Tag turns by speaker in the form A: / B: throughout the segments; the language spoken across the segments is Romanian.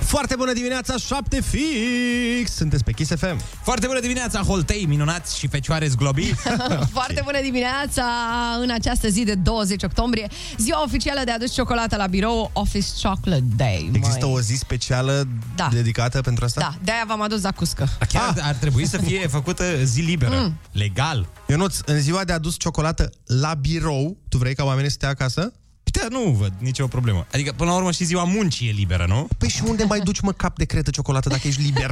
A: Foarte bună dimineața, 7 fix! Sunteți pe Kiss FM.
B: Foarte bună dimineața, Holtei, minunați și fecioare zglobii.
C: Foarte bună dimineața în această zi de 20 octombrie, ziua oficială de a aduce ciocolată la birou, Office Chocolate Day.
A: Există
C: măi.
A: o zi specială
C: Da.
A: dedicată pentru asta?
C: Da, de-aia v-am adus zacuscă.
B: Chiar ah. ar trebui să fie făcută zi liberă. Mm. Legal.
A: Ionuț, în ziua de adus ciocolată la birou, tu vrei ca oamenii să stea acasă?
B: Da, nu văd nicio problemă. Adică, până la urmă, și ziua muncii e liberă, nu?
A: Păi și unde mai duci, mă, cap de cretă ciocolată dacă ești liber?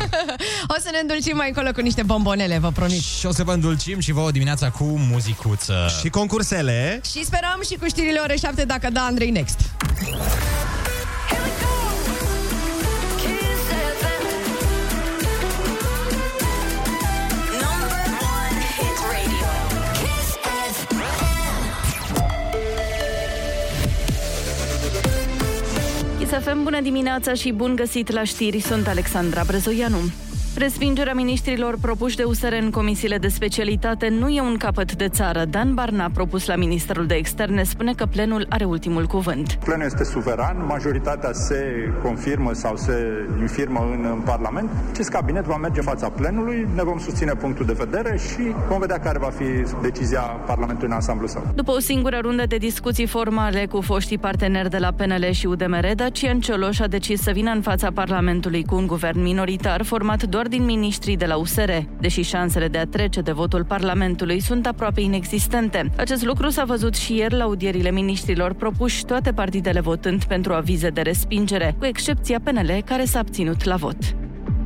C: O să ne îndulcim mai încolo cu niște bombonele, vă promit.
B: Și o să vă îndulcim și vouă dimineața cu muzicuță.
A: și concursele...
C: Și sperăm și cu știrile ore 7 dacă da Andrei Next.
D: Number one hit radio. Kiss FM.
E: Chisafem, bună dimineața și bun găsit la știri, sunt Alexandra Brezoianu. Respingerea ministrilor propuși de USR în comisiile de specialitate nu e un capăt de țară. Dan Barna, propus la ministrul de externe, spune că plenul are ultimul cuvânt.
F: Plenul este suveran, majoritatea se confirmă sau se infirmă în, în Parlament. Acest cabinet va merge în fața plenului, ne vom susține punctul de vedere și vom vedea care va fi decizia Parlamentului în ansamblu său.
E: După o singură rundă de discuții formale cu foștii parteneri de la PNL și UDMR, Dacian Cioloș a decis să vină în fața Parlamentului cu un guvern minoritar format doar din miniștrii de la USR, deși șansele de a trece de votul Parlamentului sunt aproape inexistente. Acest lucru s-a văzut și ieri la audierile miniștrilor propuși toate partidele votând pentru avize de respingere, cu excepția PNL care s-a abținut la vot.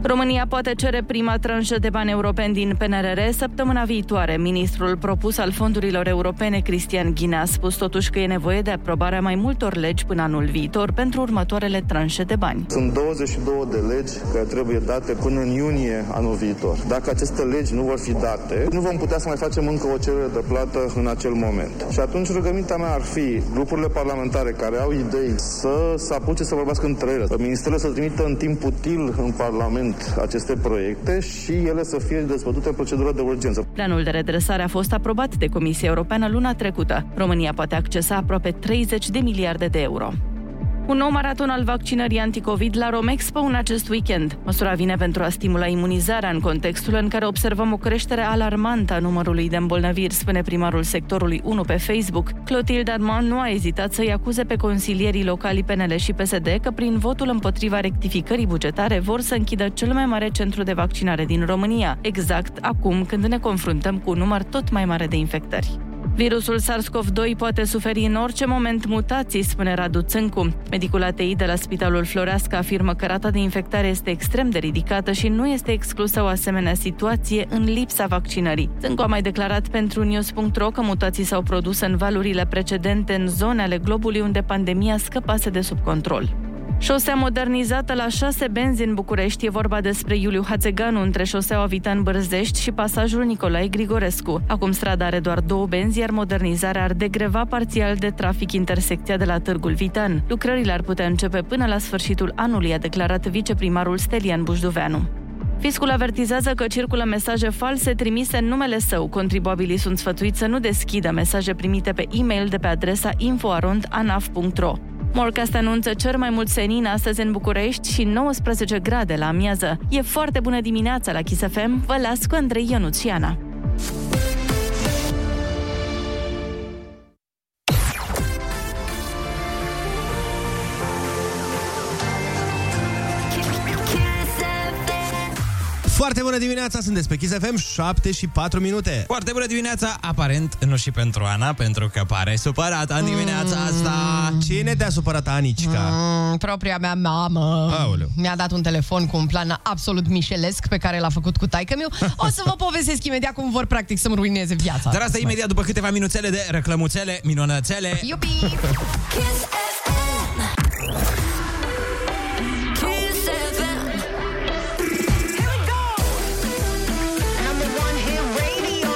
E: România poate cere prima tranșă de bani europeni din PNRR săptămâna viitoare. Ministrul propus al fondurilor europene, Cristian Ghinea, a spus totuși că e nevoie de aprobarea mai multor legi până anul viitor pentru următoarele tranșe de bani.
G: Sunt 22 de legi care trebuie date până în iunie anul viitor. Dacă aceste legi nu vor fi date, nu vom putea să mai facem încă o cerere de plată în acel moment. Și atunci rugămintea mea ar fi grupurile parlamentare care au idei să se apuce să vorbească între ele. Ministerul să trimită în timp util în Parlament aceste proiecte și ele să fie dezbătute în procedură de urgență.
E: Planul de redresare a fost aprobat de Comisia Europeană luna trecută. România poate accesa aproape 30 de miliarde de euro. Un nou maraton al vaccinării anticovid la Romexpo în acest weekend. Măsura vine pentru a stimula imunizarea în contextul în care observăm o creștere alarmantă a numărului de îmbolnăviri, spune primarul sectorului 1 pe Facebook. Clotilde Armand nu a ezitat să-i acuze pe consilierii locali PNL și PSD că prin votul împotriva rectificării bugetare vor să închidă cel mai mare centru de vaccinare din România, exact acum când ne confruntăm cu un număr tot mai mare de infectări. Virusul SARS-CoV-2 poate suferi în orice moment mutații, spune Radu Țâncu. Medicul ATI de la Spitalul Floreasca afirmă că rata de infectare este extrem de ridicată și nu este exclusă o asemenea situație în lipsa vaccinării. Țâncu a mai declarat pentru news.ro că mutații s-au produs în valurile precedente în zone ale globului unde pandemia scăpase de sub control. Șosea modernizată la 6 benzi în București e vorba despre Iuliu Hațeganu între șoseaua Vitan Bârzești și pasajul Nicolae Grigorescu. Acum strada are doar două benzi, iar modernizarea ar degreva parțial de trafic intersecția de la Târgul Vitan. Lucrările ar putea începe până la sfârșitul anului, a declarat viceprimarul Stelian Bușduveanu. Fiscul avertizează că circulă mesaje false trimise în numele său. Contribuabilii sunt sfătuiți să nu deschidă mesaje primite pe e-mail de pe adresa info.anaf.ro. Morcast anunță cer mai mult senin astăzi în București și 19 grade la amiază. E foarte bună dimineața la Kiss FM. Vă las cu Andrei Ionuțiana.
D: Kiss FM.
A: Foarte bună dimineața, sunteți pe Kiss FM, 7 și 4 minute.
B: Foarte bună dimineața, aparent nu și pentru Ana, pentru că pare supărată în dimineața asta.
A: Mm. Cine te-a supărat, Anicica?
C: Mm, propria mea mamă
A: Aoleu.
C: mi-a dat un telefon cu un plan absolut mișelesc pe care l-a făcut cu taică meu. O să vă povestesc imediat cum vor practic să-mi ruineze viața.
B: Dar asta imediat după câteva minuțele de reclămuțele, minunățele.
C: Iubi!
D: Kiss FM. Kiss FM. Here we go. Number one hit radio.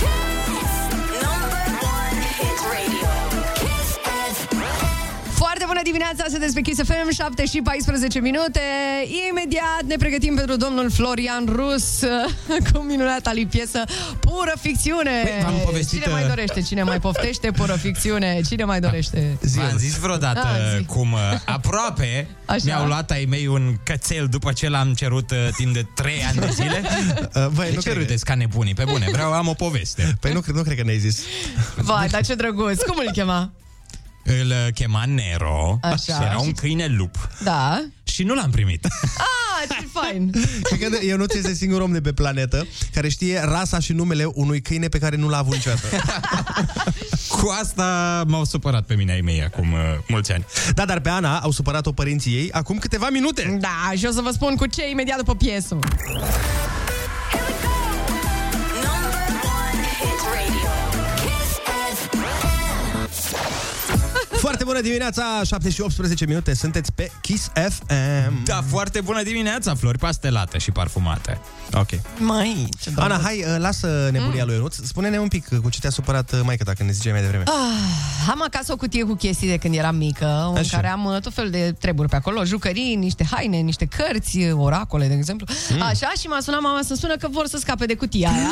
D: Kiss. Number one hit radio. Kiss FM.
C: Foarte bună dimineața, despre Kiss FM, 7 și 14 minute. Imediat ne pregătim pentru domnul Florian Rus cu minunata lui piesă Pură ficțiune.
B: Păi, v-am povestit,
C: Cine mai
B: uh,
C: dorește? Cine mai poftește? Pură ficțiune. Cine mai dorește?
B: V-am zis vreodată
C: Da, zi.
B: cum uh, aproape
C: Așa.
B: mi-au luat ai mei un cățel după ce l-am cerut uh, timp de 3 ani de zile.
A: Uh, Băi,
B: De
A: nu
B: ce
A: cred, că-
B: râdeți ca nebunii? Pe bune, vreau, am o poveste.
A: păi nu, cred- nu cred că ne-ai zis.
C: Vai, dar ce drăguț. Cum îl chema?
B: Îl uh, chema Nero
C: Așa.
B: și era un câine lup.
C: Da.
B: Și nu l-am primit.
C: Ah, ce fain.
A: Cred că eu nu este singurul om de pe planetă care știe rasa și numele unui câine pe care nu l-a avut niciodată.
B: Cu asta m-au supărat pe mine ai mei acum uh, mulți ani.
A: Da, dar pe Ana au supărat-o părinții ei acum câteva minute.
C: Da, și o să vă spun cu ce imediat după piesă.
D: Number one hit radio. Kiss FM.
A: Foarte bună dimineața, 7 și 18 minute, sunteți pe Kiss FM.
B: Da, foarte bună dimineața, flori pastelate și parfumate. Ok.
C: Mai, ce
A: Ana, hai, uh, lasă nebunia lui Ionuț. Spune-ne un pic uh, cu ce te-a supărat uh, maica ta când ne ziceai mai
B: Exact.
A: devreme.
C: Ah. Am acasă o cutie cu chestii de când eram mică, Așa. în
A: Așa.
C: care am uh, tot felul de treburi pe acolo, jucării, niște haine, niște cărți, uh, oracole, de exemplu. Mm. Așa, și m-a sunat mama să-mi spună că vor să scape de cutia aia.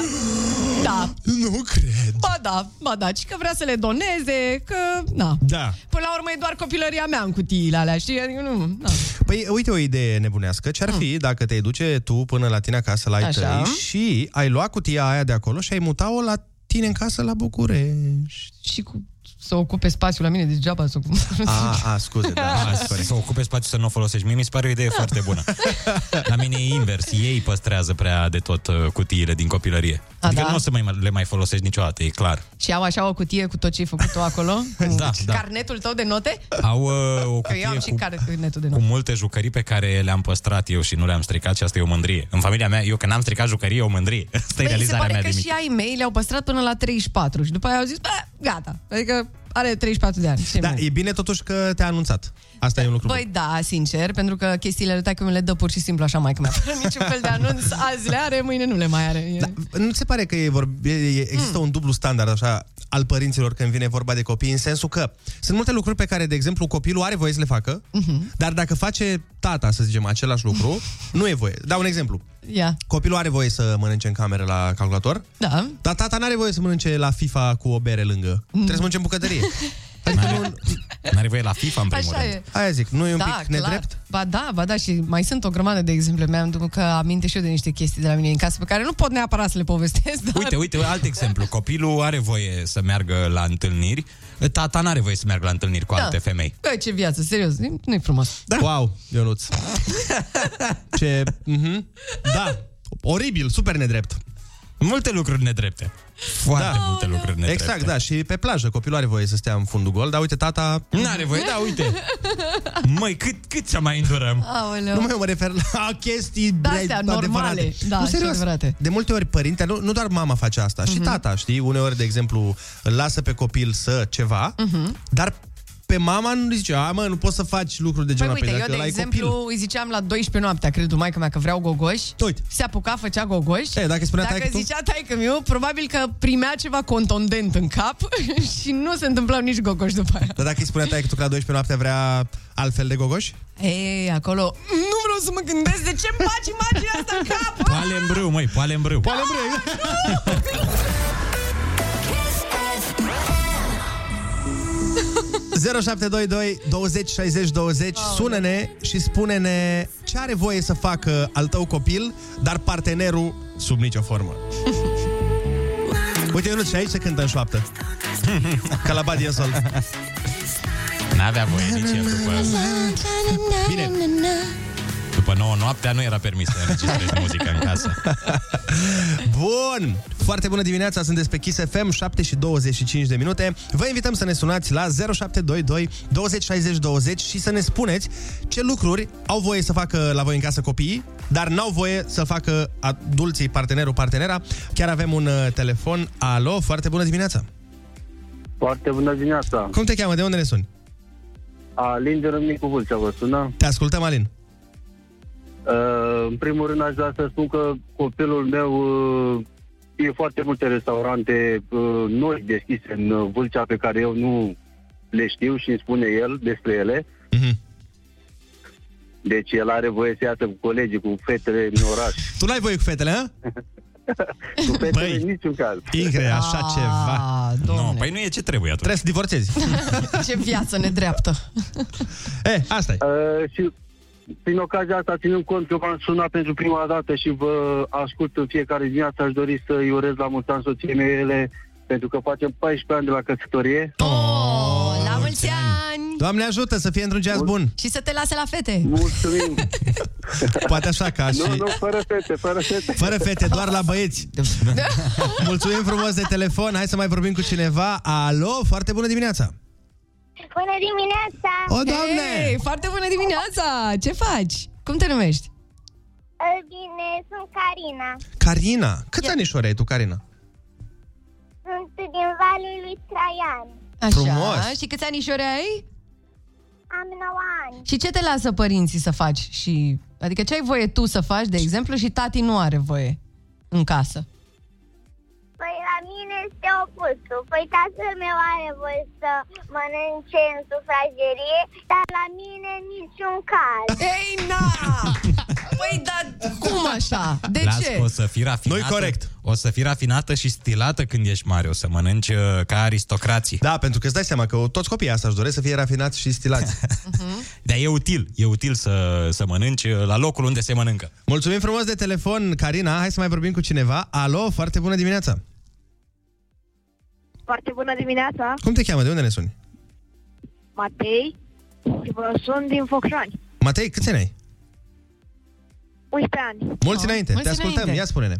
C: Da,
A: Nu cred.
C: ba da, ba da, și că vrea să le doneze, că, na.
B: Da.
C: Până la urmă e doar copilăria mea în cutiile alea, știi? Adică nu, na.
A: Păi, uite o idee nebunească. Ce-ar fi dacă te duce tu până la tine acasă la ai
C: Hmm. Așa.
A: tăi și ai lua cutia aia de acolo și ai muta-o la tine în casă la București.
C: Și cu să ocupe spațiul la mine, degeaba să ocupe.
A: A, a, scuze, da,
B: A,
A: așa,
B: să
A: corect.
B: să ocupe spațiu să nu o folosești. Mie mi se pare o idee foarte bună. La mine e invers. Ei păstrează prea de tot uh, cutiile din copilărie.
C: A,
B: Adică
C: da?
B: nu o să mai, le mai folosești niciodată, e clar.
C: Și au așa o cutie cu tot ce ai făcut tu acolo? Cu
B: Da, da.
C: Carnetul tău de note?
B: Au uh, o
C: Că
B: cutie
C: Deci eu am și
B: cu,
C: carnetul de
B: cu
C: note.
B: multe jucării pe care le-am păstrat eu și nu le-am stricat și asta e o mândrie. În familia mea, eu când am stricat jucării, e o mândrie. Asta
C: Păi,
B: e
C: se
B: realizarea
C: pare
B: mea
C: că
B: de mic.
C: și ai mei le-au păstrat până la 34 și după aia au zis, bă, gata, adică are 34 de ani. ce
A: Da,
C: mai?
A: e bine totuși că te-a anunțat. Asta e un lucru bun.
C: Băi, da, sincer, pentru că chestiile lui taică le dă pur și simplu așa mai că fără niciun fel de anunț, azi le are, mâine nu le mai are. E-
A: Nu ți se pare că e vorb- e- e- există
C: Hmm.
A: mm. un dublu standard așa al părinților când vine vorba de copii, în sensul că sunt multe lucruri pe care, de exemplu, copilul are voie să le facă, mm-hmm. dar dacă face tata, să zicem, același lucru, nu e voie. Dau un exemplu.
C: Ia,
A: Copilul are voie să mănânce în cameră la calculator,
C: da.
A: dar tata n-are voie să mănânce la FIFA cu o bere lângă. Mm. Trebuie să mănânce în bucătărie. Adică nu,
B: N-are voie la FIFA, în primul
C: Așa
B: rând.
C: e.
A: aia zic, nu e un
C: da,
A: pic nedrept?
C: Ba da, ba da, și mai sunt o grămadă de exemple. Mi-am că aminte și eu de niște chestii de la mine în casă pe care nu pot neapărat să le povestesc. Dar...
B: Uite, uite, alt exemplu. Copilul are voie să meargă la întâlniri, tata n-are voie să meargă la întâlniri
C: Da.
B: cu alte femei.
C: Bă, ce viață, serios, nu-i frumos.
A: Da. Wow, Ionuț. Ce... Mm-hmm. Da. Oribil, super nedrept.
B: Multe lucruri nedrepte. Foarte
A: Da.
B: multe lucruri nedrepte.
A: Exact, da, și pe plajă copilul are voie să stea în fundul gol, dar uite, tata...
B: Da, N-are voie, da, uite. Măi, cât, cât să mai îndurăm?
C: Aoleu.
A: Nu mai mă refer la chestii
C: De-astea
A: bre-
C: normale,
A: adevărate.
C: da,
A: nu,
C: și
A: serios,
C: adevărate. Mhm.
A: De multe ori părinte, nu, nu doar mama face asta, și tata, știi? Uneori, de exemplu, îl lasă pe copil să ceva,
C: Mhm.
A: dar pe mama nu zice, a, mă, nu poți să faci lucruri de
C: Păi
A: genul
C: uite,
A: pe
C: eu de exemplu
A: copil.
C: îi ziceam la 12 noaptea, cred mai mea că vreau gogoși.
A: Uite.
C: Se apuca, făcea gogoși.
A: E, dacă îi spunea
C: dacă
A: taică-tu?
C: zicea taică miu, probabil că primea ceva contondent în cap și nu se întâmplau nici gogoși după aia.
A: Dar dacă îi spunea tăi că tu că la 12 noaptea vrea altfel de gogoși?
C: Ei, acolo, nu vreau să mă gândesc de ce îmi faci imaginea asta în cap.
B: Poale în brâu, măi, poale în brâu.
A: Poale vrei.
D: Kiss FM.
A: 0722 20 60 20 Sună-ne și spune-ne ce are voie să facă al tău copil, dar partenerul sub nicio formă. Uite, Ionuț, și aici se cântă în șoaptă. Ca la Buddy and Sol.
B: N-avea voie nici el după,
A: Bine,
B: după 9 noaptea, nu era permis să înregistrezi muzică în casă.
A: bun! Foarte bună dimineața, sunteți pe Kiss FM, 7 și 25 de minute. Vă invităm să ne sunați la 0722 20 60 20 și să ne spuneți ce lucruri au voie să facă la voi în casă copiii, dar n-au voie să facă adulții, partenerul, partenera. Chiar avem un uh, telefon. Alo, foarte bună dimineața!
H: Foarte bună dimineața!
A: Cum te cheamă? De unde ne suni?
H: Alin din Râmnicu Vâlcea vă sună.
A: Te ascultăm, Alin.
H: Uh, În primul rând aș vrea să spun că copilul meu uh, e foarte multe restaurante uh, noi deschise în uh, Vâlcea pe care eu nu le știu și îmi spune el despre ele.
A: Mhm.
I: Deci el are voie să iasă cu colegii, cu fetele în oraș.
A: Tu n-ai voie cu fetele, ha?
I: Cu fetele
A: Băi.
I: în niciun caz.
A: Incre, așa
C: Ah,
A: ceva.
C: A,
B: Nu,
C: Doamne,
B: no, păi nu e ce trebuie atunci.
A: Trebuie să divorțezi.
C: ce viață nedreaptă.
A: e, Eh, asta e.
I: Uh, și prin ocazia asta, ținând cont că v-am sunat pentru prima dată și vă ascult în fiecare dimineață, aș dori să-i urez la mulți ani soției mele, pentru că facem 14 ani de la căsătorie. Ah.
C: Oh, la mulți ani!
A: Doamne ajută să fie într-un ceas bun.
C: Și să te lase la fete.
I: Mulțumim!
A: Poate așa ca
I: nu,
A: și...
I: nu, fără fete, fără fete.
A: Fără fete, doar la băieți. Mulțumim frumos de telefon. Hai să mai vorbim cu cineva. Alo, foarte bună dimineața.
J: Bună dimineața!
A: O, doamne!
C: Hei, foarte bună dimineața! Ce faci? Cum te numești?
J: Uh, Bine, sunt Carina.
A: Carina. Câți anișori ai tu, Carina?
J: Sunt din Valul lui Traian.
C: Așa.
A: Frumos.
C: Și câți anișori ai?
J: Am 9 ani.
C: Și ce te lasă părinții să faci? Și, adică ce ai voie tu să faci, de exemplu, și tati nu are voie în casă?
J: Păi la mine este opusul. Păi tatăl meu are voie să mănânce în sufragerie, dar la mine niciun caz.
C: Ei, na! Păi, dar cum așa? De
B: Las
C: ce?
B: că o să fii rafinată.
A: Nu-i corect.
B: O să fii rafinată și stilată când ești mare. O să mănânci uh, ca aristocrații. Da.
A: Da, pentru că îți dai seama că toți copiii asta își doresc să fie rafinați și stilați.
B: Dar e util. E util să, să mănânci uh, la locul unde se mănâncă.
A: Mulțumim frumos de telefon, Carina. Hai să mai vorbim cu cineva. Alo, foarte bună dimineața.
J: Foarte bună dimineața,
A: Cum te cheamă? De unde ne suni?
J: Matei. Și vă sunt din Focșani.
A: Matei, câți ani ai?
J: 11 ani.
A: Mulți
C: Ah,
A: înainte.
C: mulți
A: te ascultăm.
C: înainte.
A: Ia spune-ne.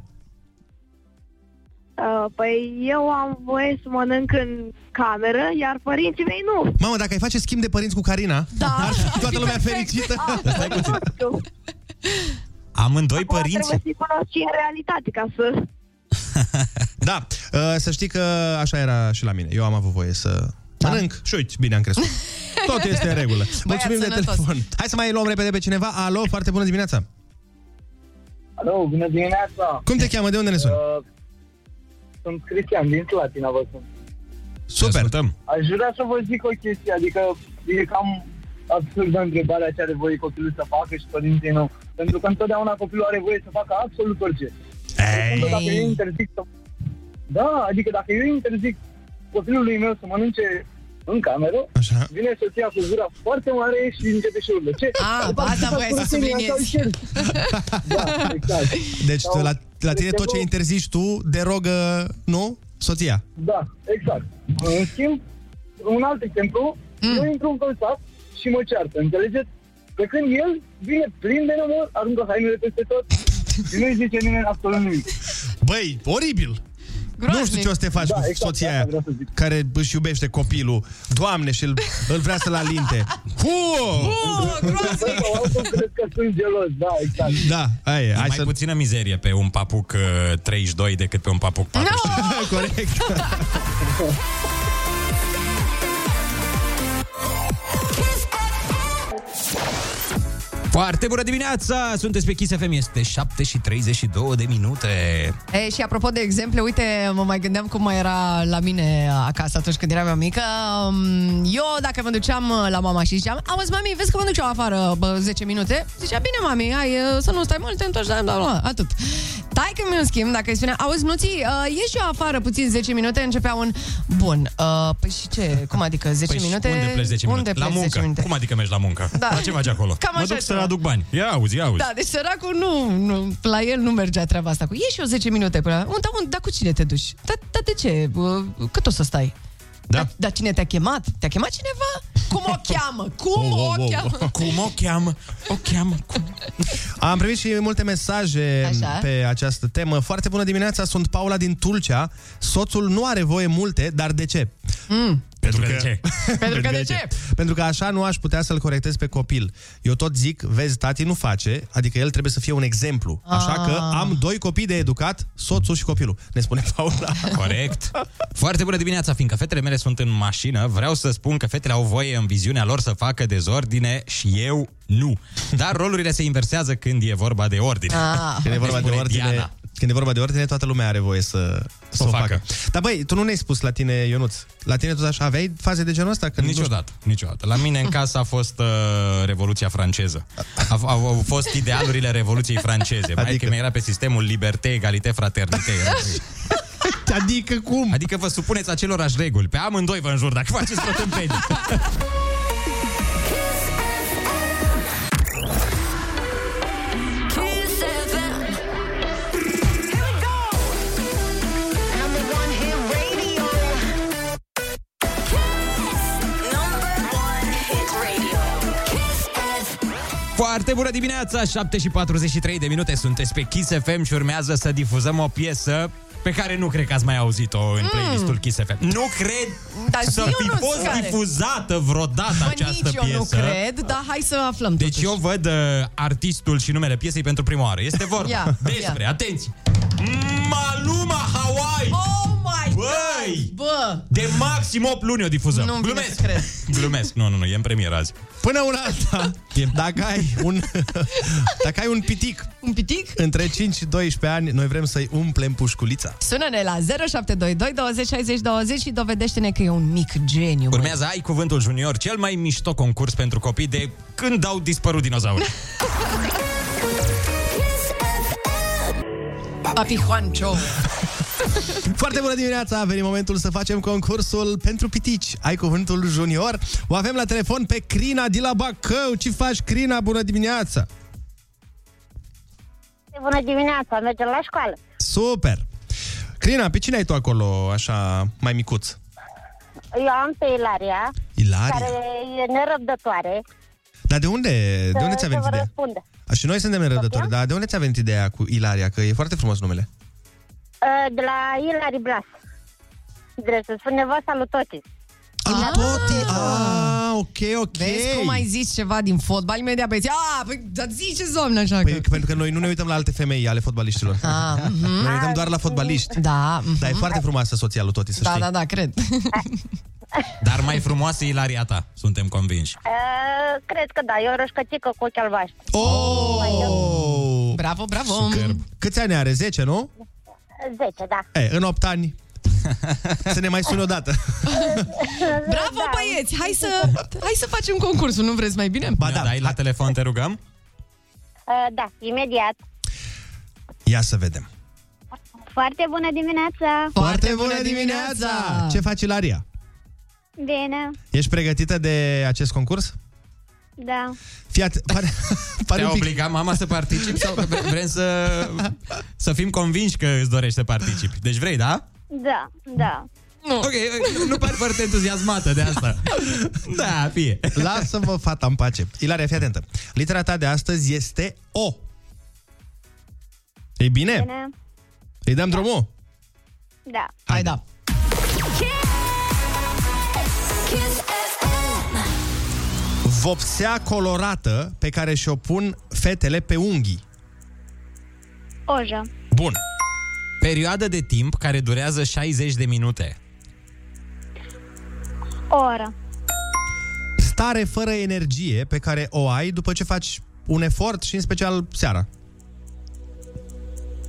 J: Uh, păi eu am voie să mănânc în cameră, iar părinții mei nu.
A: Mamă, dacă ai face schimb de părinți cu Carina,
C: Da.
A: ar fi toată lumea
C: perfect. Ah.
A: fericită.
J: Nu știu.
B: Amândoi
J: Acum
B: părinți?
J: Trebuie să-i cunosc și în realitate ca să...
A: Da, uh, să știi că așa era și la mine. Eu am avut voie să da. mănânc și uite, bine am crescut. Tot este în regulă. Mulțumim de
C: sănătos.
A: telefon. Hai să mai luăm repede pe cineva. Alo, foarte bună dimineața.
I: Alo, bună dimineața! Uh,
A: Cum te cheamă? De unde ne suni?
I: sunt Cristian din Slatina, vă sunt.
B: Te
A: Super.
B: ascultăm.
I: Aș vrea să vă zic o chestie, adică e cam absurdă întrebarea ce are voie copilul să facă și părinții nu. Pentru că întotdeauna copilul are voie să facă absolut orice. Pentru că Dacă eu interzic să... Da, adică dacă eu interzic copilului meu să mănânce în cameră,
A: Așa.
I: vine soția cu gura foarte mare și începe și urlă. Ce?
C: A,
I: Păi,
C: ba,
I: fac
C: da,
I: asta
C: voiai să
I: cu rutinile,
C: subliniezi.
I: așa încerc. da, exact.
A: Deci
I: Sau-
A: la, la tine tot ce interzici tu derogă, nu? Soția.
I: Da, exact. În schimb, un alt exemplu, mm. eu intru în sat și mă ceartă, înțelegeți? Pe când el vine plin de număr, aruncă hainele peste tot și nu-i zice nimeni absolut nimic.
A: Băi, oribil!
C: Groaznic.
A: Nu știu ce o să te faci
I: Da,
A: cu
I: exact,
A: soția
I: asta
A: aia
I: vreau să zic.
A: care își iubește copilul, doamne, și îl, îl vrea să-l alinte. Huo!
C: Oh, groaznic!
I: Bă, sau altul cred că sunt gelos, da, exact.
A: Da, aia e.
B: E
A: Hai
B: mai
A: să...
B: puțină mizerie pe un papuc uh, 32 decât pe un papuc 40.
C: No!
A: Corect.
B: Foarte bună dimineața! Sunteți pe Kiss FM, este 7 și 32 de minute.
C: E, și apropo de exemple, uite, mă mai gândeam cum mai era la mine acasă atunci când eram eu mică. Um, Eu, dacă mă duceam uh, la mama și ziceam, auzi, mami, vezi că mă duc eu afară bă, 10 minute? Zicea, bine, mami, hai uh, să nu stai mult, te întorci, da, da, da, atât. Tai că mi-o schimb, dacă îi spunea, auzi, nu ți, uh, ieși eu afară puțin 10 minute, începea un, bun, uh, păi și ce, cum adică 10
B: Păi și
C: minute?
B: unde pleci 10 minute?
C: Unde
B: la
C: pleci 10
B: muncă.
C: minute?
B: Cum adică mergi la muncă?
C: Da.
B: La ce faci acolo?
C: Cam
B: mă
C: așa
B: duc să
C: ceva.
B: aduc bani. Ia auzi, ia auzi.
C: Da, deci săracul nu, nu, la el nu mergea treaba asta cu ieși eu 10 minute până la... Unde, unde, dar cu cine te duci? Dar da, de ce? Bă, Cât o să stai?
B: Da.
C: Dar da, cine te-a chemat? Te-a chemat cineva? Cum o cheamă? Cum
B: Wow, wow,
C: o
B: wow.
C: cheamă?
B: Cum o cheamă? O cheamă? Cum?
A: Am primit și multe mesaje
C: Așa.
A: pe această temă. Foarte bună dimineața, sunt Paula din Tulcea. Soțul nu are voie multe, dar de ce?
C: Mm.
B: Pentru că... ce?
C: Pentru că de ce?
A: Pentru că așa nu aș putea să-l corectez pe copil. Eu tot zic, vezi, tati nu face, adică el trebuie să fie un exemplu. Așa că
C: Ah.
A: am doi copii de educat, soțul și copilul. Ne spune Paula.
B: Corect. Foarte bună dimineața, fiindcă fetele mele sunt în mașină, vreau să spun că fetele au voie în viziunea lor să facă dezordine și eu nu. Dar rolurile se inversează când e vorba de ordine.
C: Ah,
A: Când e vorba de
B: Spune
A: ordine,
B: Diana.
A: Când e vorba de ordine, toată lumea are voie să, să o facă. Dar băi, tu nu ne-ai spus la tine, Ionuț. La tine tot așa aveai faze de genul ăsta? Că
B: Niciodată, niciodată. La mine în casă a fost uh, Revoluția franceză. A, au, au fost idealurile Revoluției franceze. Adică... Mai
A: Adică?
B: că era pe sistemul liberte, egalite, fraternite.
A: Adică cum?
B: Adică vă supuneți acelorași reguli. Pe amândoi vă înjur dacă faceți vreo tâmpenie.
D: Kiss FM. Here we go. Number one hit radio. Kiss. Number one hit radio. Kiss FM.
B: Foarte bună dimineața, 7 și 43 de minute sunteți pe Kiss FM și urmează să difuzăm o piesă pe care nu cred că ați mai auzit-o în mm. playlistul Kiss FM. Nu cred
C: Dar
B: să
C: zi,
B: fi
C: Ionuț,
B: fost
C: care?
B: difuzată vreodată
C: Bă,
B: această
C: nici
B: piesă.
C: eu nu cred, dar hai să aflăm
B: Deci
C: totuși.
B: eu văd uh, artistul și numele piesei pentru prima oară. Este vorba
C: Ia,
B: despre,
C: ia.
B: atenție, Maluma Hawaii!
C: Oh my
B: Băi!
C: God! Bă!
B: De maxim 8 luni o difuzăm.
C: Nu-mi vine
B: Glumesc.
C: să cred.
B: Glumesc. Nu, nu, nu, e în premieră azi.
A: Până una alta, dacă ai un, dacă ai un pitic
C: Un pitic?
A: între 5 și 12 ani, noi vrem să-i umplem pușculița.
C: Sună-ne la 0722 20 60 20 și dovedește-ne că e un mic geniu. măi.
B: Urmează Ai Cuvântul Junior, cel mai mișto concurs pentru copii de când au dispărut dinozauri.
D: Kiss FM.
C: Papi Juancho.
A: Foarte bună dimineața! A venit momentul să facem concursul pentru pitici. Ai cuvântul junior? O avem la telefon pe Crina de la Bacău. Ce faci, Crina? Bună dimineața!
K: Bună dimineața, mergem la școală.
A: Super! Crina, pe cine ai tu acolo, așa, mai micuț?
K: Eu am pe Ilaria,
A: Ilaria.
K: care e nerăbdătoare.
A: Dar de unde, de unde ți-a venit
K: să vă
A: ideea?
K: răspunde.
A: Și noi suntem nerădători, dar de unde ți-a venit ideea cu Ilaria? Că e foarte frumos numele.
K: Uh, De la Ilari Blas. Drept să spun nevasta lui Uh, Toti.
A: Ah, toti! Ah, ok, ok!
C: Vezi cum ai zis ceva din fotbal, imediat băieții, a, păi, dar ziceți, doamne, așa
A: Păi,
C: că...
A: pentru că noi nu ne uităm la alte femei ale fotbaliștilor.
C: Ah, mhm.
A: Noi ne uităm doar la fotbaliști.
C: da, mhm.
A: Dar e foarte frumoasă soția lui Toti, să
C: da,
A: știi.
C: da, da, cred.
B: Dar mai frumoasă e Ilaria ta, suntem convinși.
K: Uh, Cred că da, e o roșcățică cu ochi albaștri.
A: Oh!
C: bravo, bravo.
A: Câți ani are? 10, nu?
K: 10, da.
A: E, în 8 ani. Să ne mai suni odată.
C: Bravo,
K: Da.
C: băieți, hai să, hai să facem concursul, nu vreți mai bine?
A: Ba
B: Ne
A: da,
B: dai la telefon, te rugăm?
K: Uh, Da, imediat.
A: ia să vedem.
K: Foarte bună dimineața!
A: Ce faci, Ilaria?
K: Bine,
A: Ești pregătită de acest concurs?
K: da.
A: Fii at- pare, pare
B: Te-a
A: un pic...
B: obligat mama să participi sau vre- vrem să, să fim convinși că îți dorești să participi? Deci vrei, da?
K: Da, da.
B: Ok, nu pari foarte entuziasmată de asta. Da, fie.
A: Lasă-vă fata în pace. Ilaria, fii atentă. Litera ta de astăzi este O. E bine?
K: Bine,
A: Îi dăm drumul?
K: da.
C: Hai, da.
D: Kiss FM.
A: Vopsea colorată pe care și-o pun fetele pe unghii.
K: Oja.
A: Bun.
B: Perioadă de timp care durează 60 de minute.
K: Oră.
A: Stare fără energie pe care o ai după ce faci un efort și în special seara.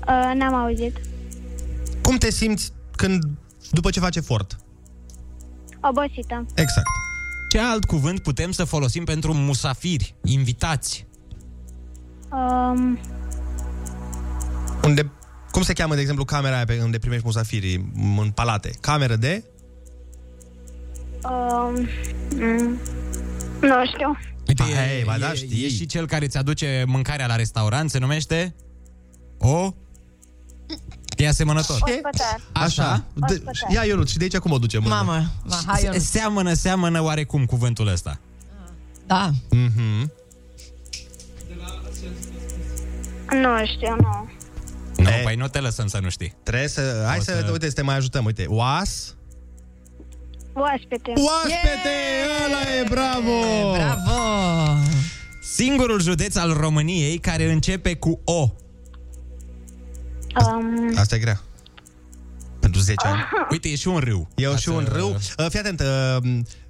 K: Uh, n-am auzit.
A: Cum te simți când după ce faci efort?
K: Obosită.
A: Exact.
B: Ce alt cuvânt putem să folosim pentru musafiri, invitați?
K: Um,
A: Unde, cum se cheamă, de exemplu, camera aia pe unde primești musafirii m- în palate? Cameră de?
K: um, mm, nu știu.
B: Uite,
A: Ba, hei, ba da,
B: e,
A: știi.
B: e și cel care îți aduce mâncarea la restaurant, se numește o... E asemănător.
K: Ospătar.
A: Așa. De,
K: Ospătar.
A: ia, Ionut, și de aici cum o ducem?
C: Mamă, va, hai,
B: Se-
C: Ionuț.
B: Seamănă, seamănă oarecum cuvântul ăsta.
C: Da.
B: Mhm.
K: Nu știu, nu.
B: Nu,
A: E.
B: păi nu te lăsăm să nu știi.
A: Trebuie să... Hai
B: O
A: să...
B: să-
A: Uite, să te mai ajutăm. Uite, oas...
K: Oaspete.
A: Oaspete! Ăla e, bravo!
C: Bravo!
B: Singurul județ al României care începe cu O.
K: Um,
A: Asta e grea. Pentru 10 ani.
B: Uite, e și un râu.
A: E
B: Ca
A: și
B: să-
A: un râu. Uh, Fii atent, uh,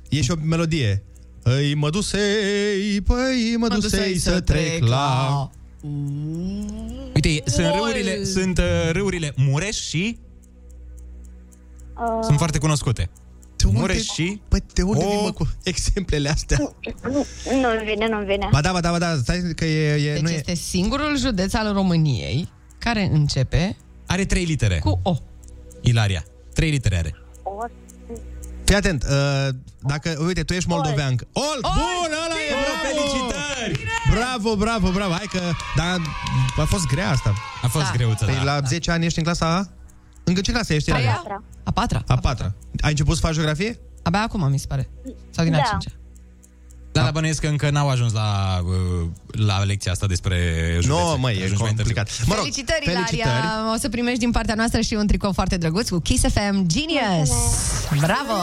A: e și o melodie. Îi mă dusei, păi mă dusei să trec la...
B: Uite, sunt
C: Mol.
B: râurile, sunt uh, râurile Mureș și
K: Uh,
B: sunt foarte cunoscute.
A: De unde-
B: Mureș și
A: Păi, de unde
B: O-
A: vii, mă, cu exemplele astea?
K: nu, nu-mi vine, nu-mi vine.
A: Ba da, ba da, ba da, stai că e, e
C: Deci
A: nu e.
C: este singurul județ al României care începe
B: are trei litere.
C: cu O.
B: Ilaria. Trei litere are.
A: Fii atent, uh, dacă, uite, tu ești moldoveancă. Olt! Bun, ăla e! Bravo!
B: Felicitări!
A: Bravo, bravo, bravo! Hai că, dar a fost grea asta.
B: A fost da. greuță,
A: Păi
B: da.
A: la 10 ani ești în clasa A? Încă ce clasă ești?
C: A
A: Ilaria?
C: patra. A patra.
A: A patra. Ai început să faci geografie?
C: Abia acum, mi se pare. Sau din a
K: Da.
C: cincea.
B: Da, dar bănuiesc că încă n-au ajuns la, uh, la lecția asta despre județe.
A: Nu, no, măi, e
B: Ajungi mai târziu.
A: complicat. Mă rog,
C: felicitări, Ilaria! O să primești din partea noastră și un tricou foarte drăguț cu Kiss FM Genius! Bravo!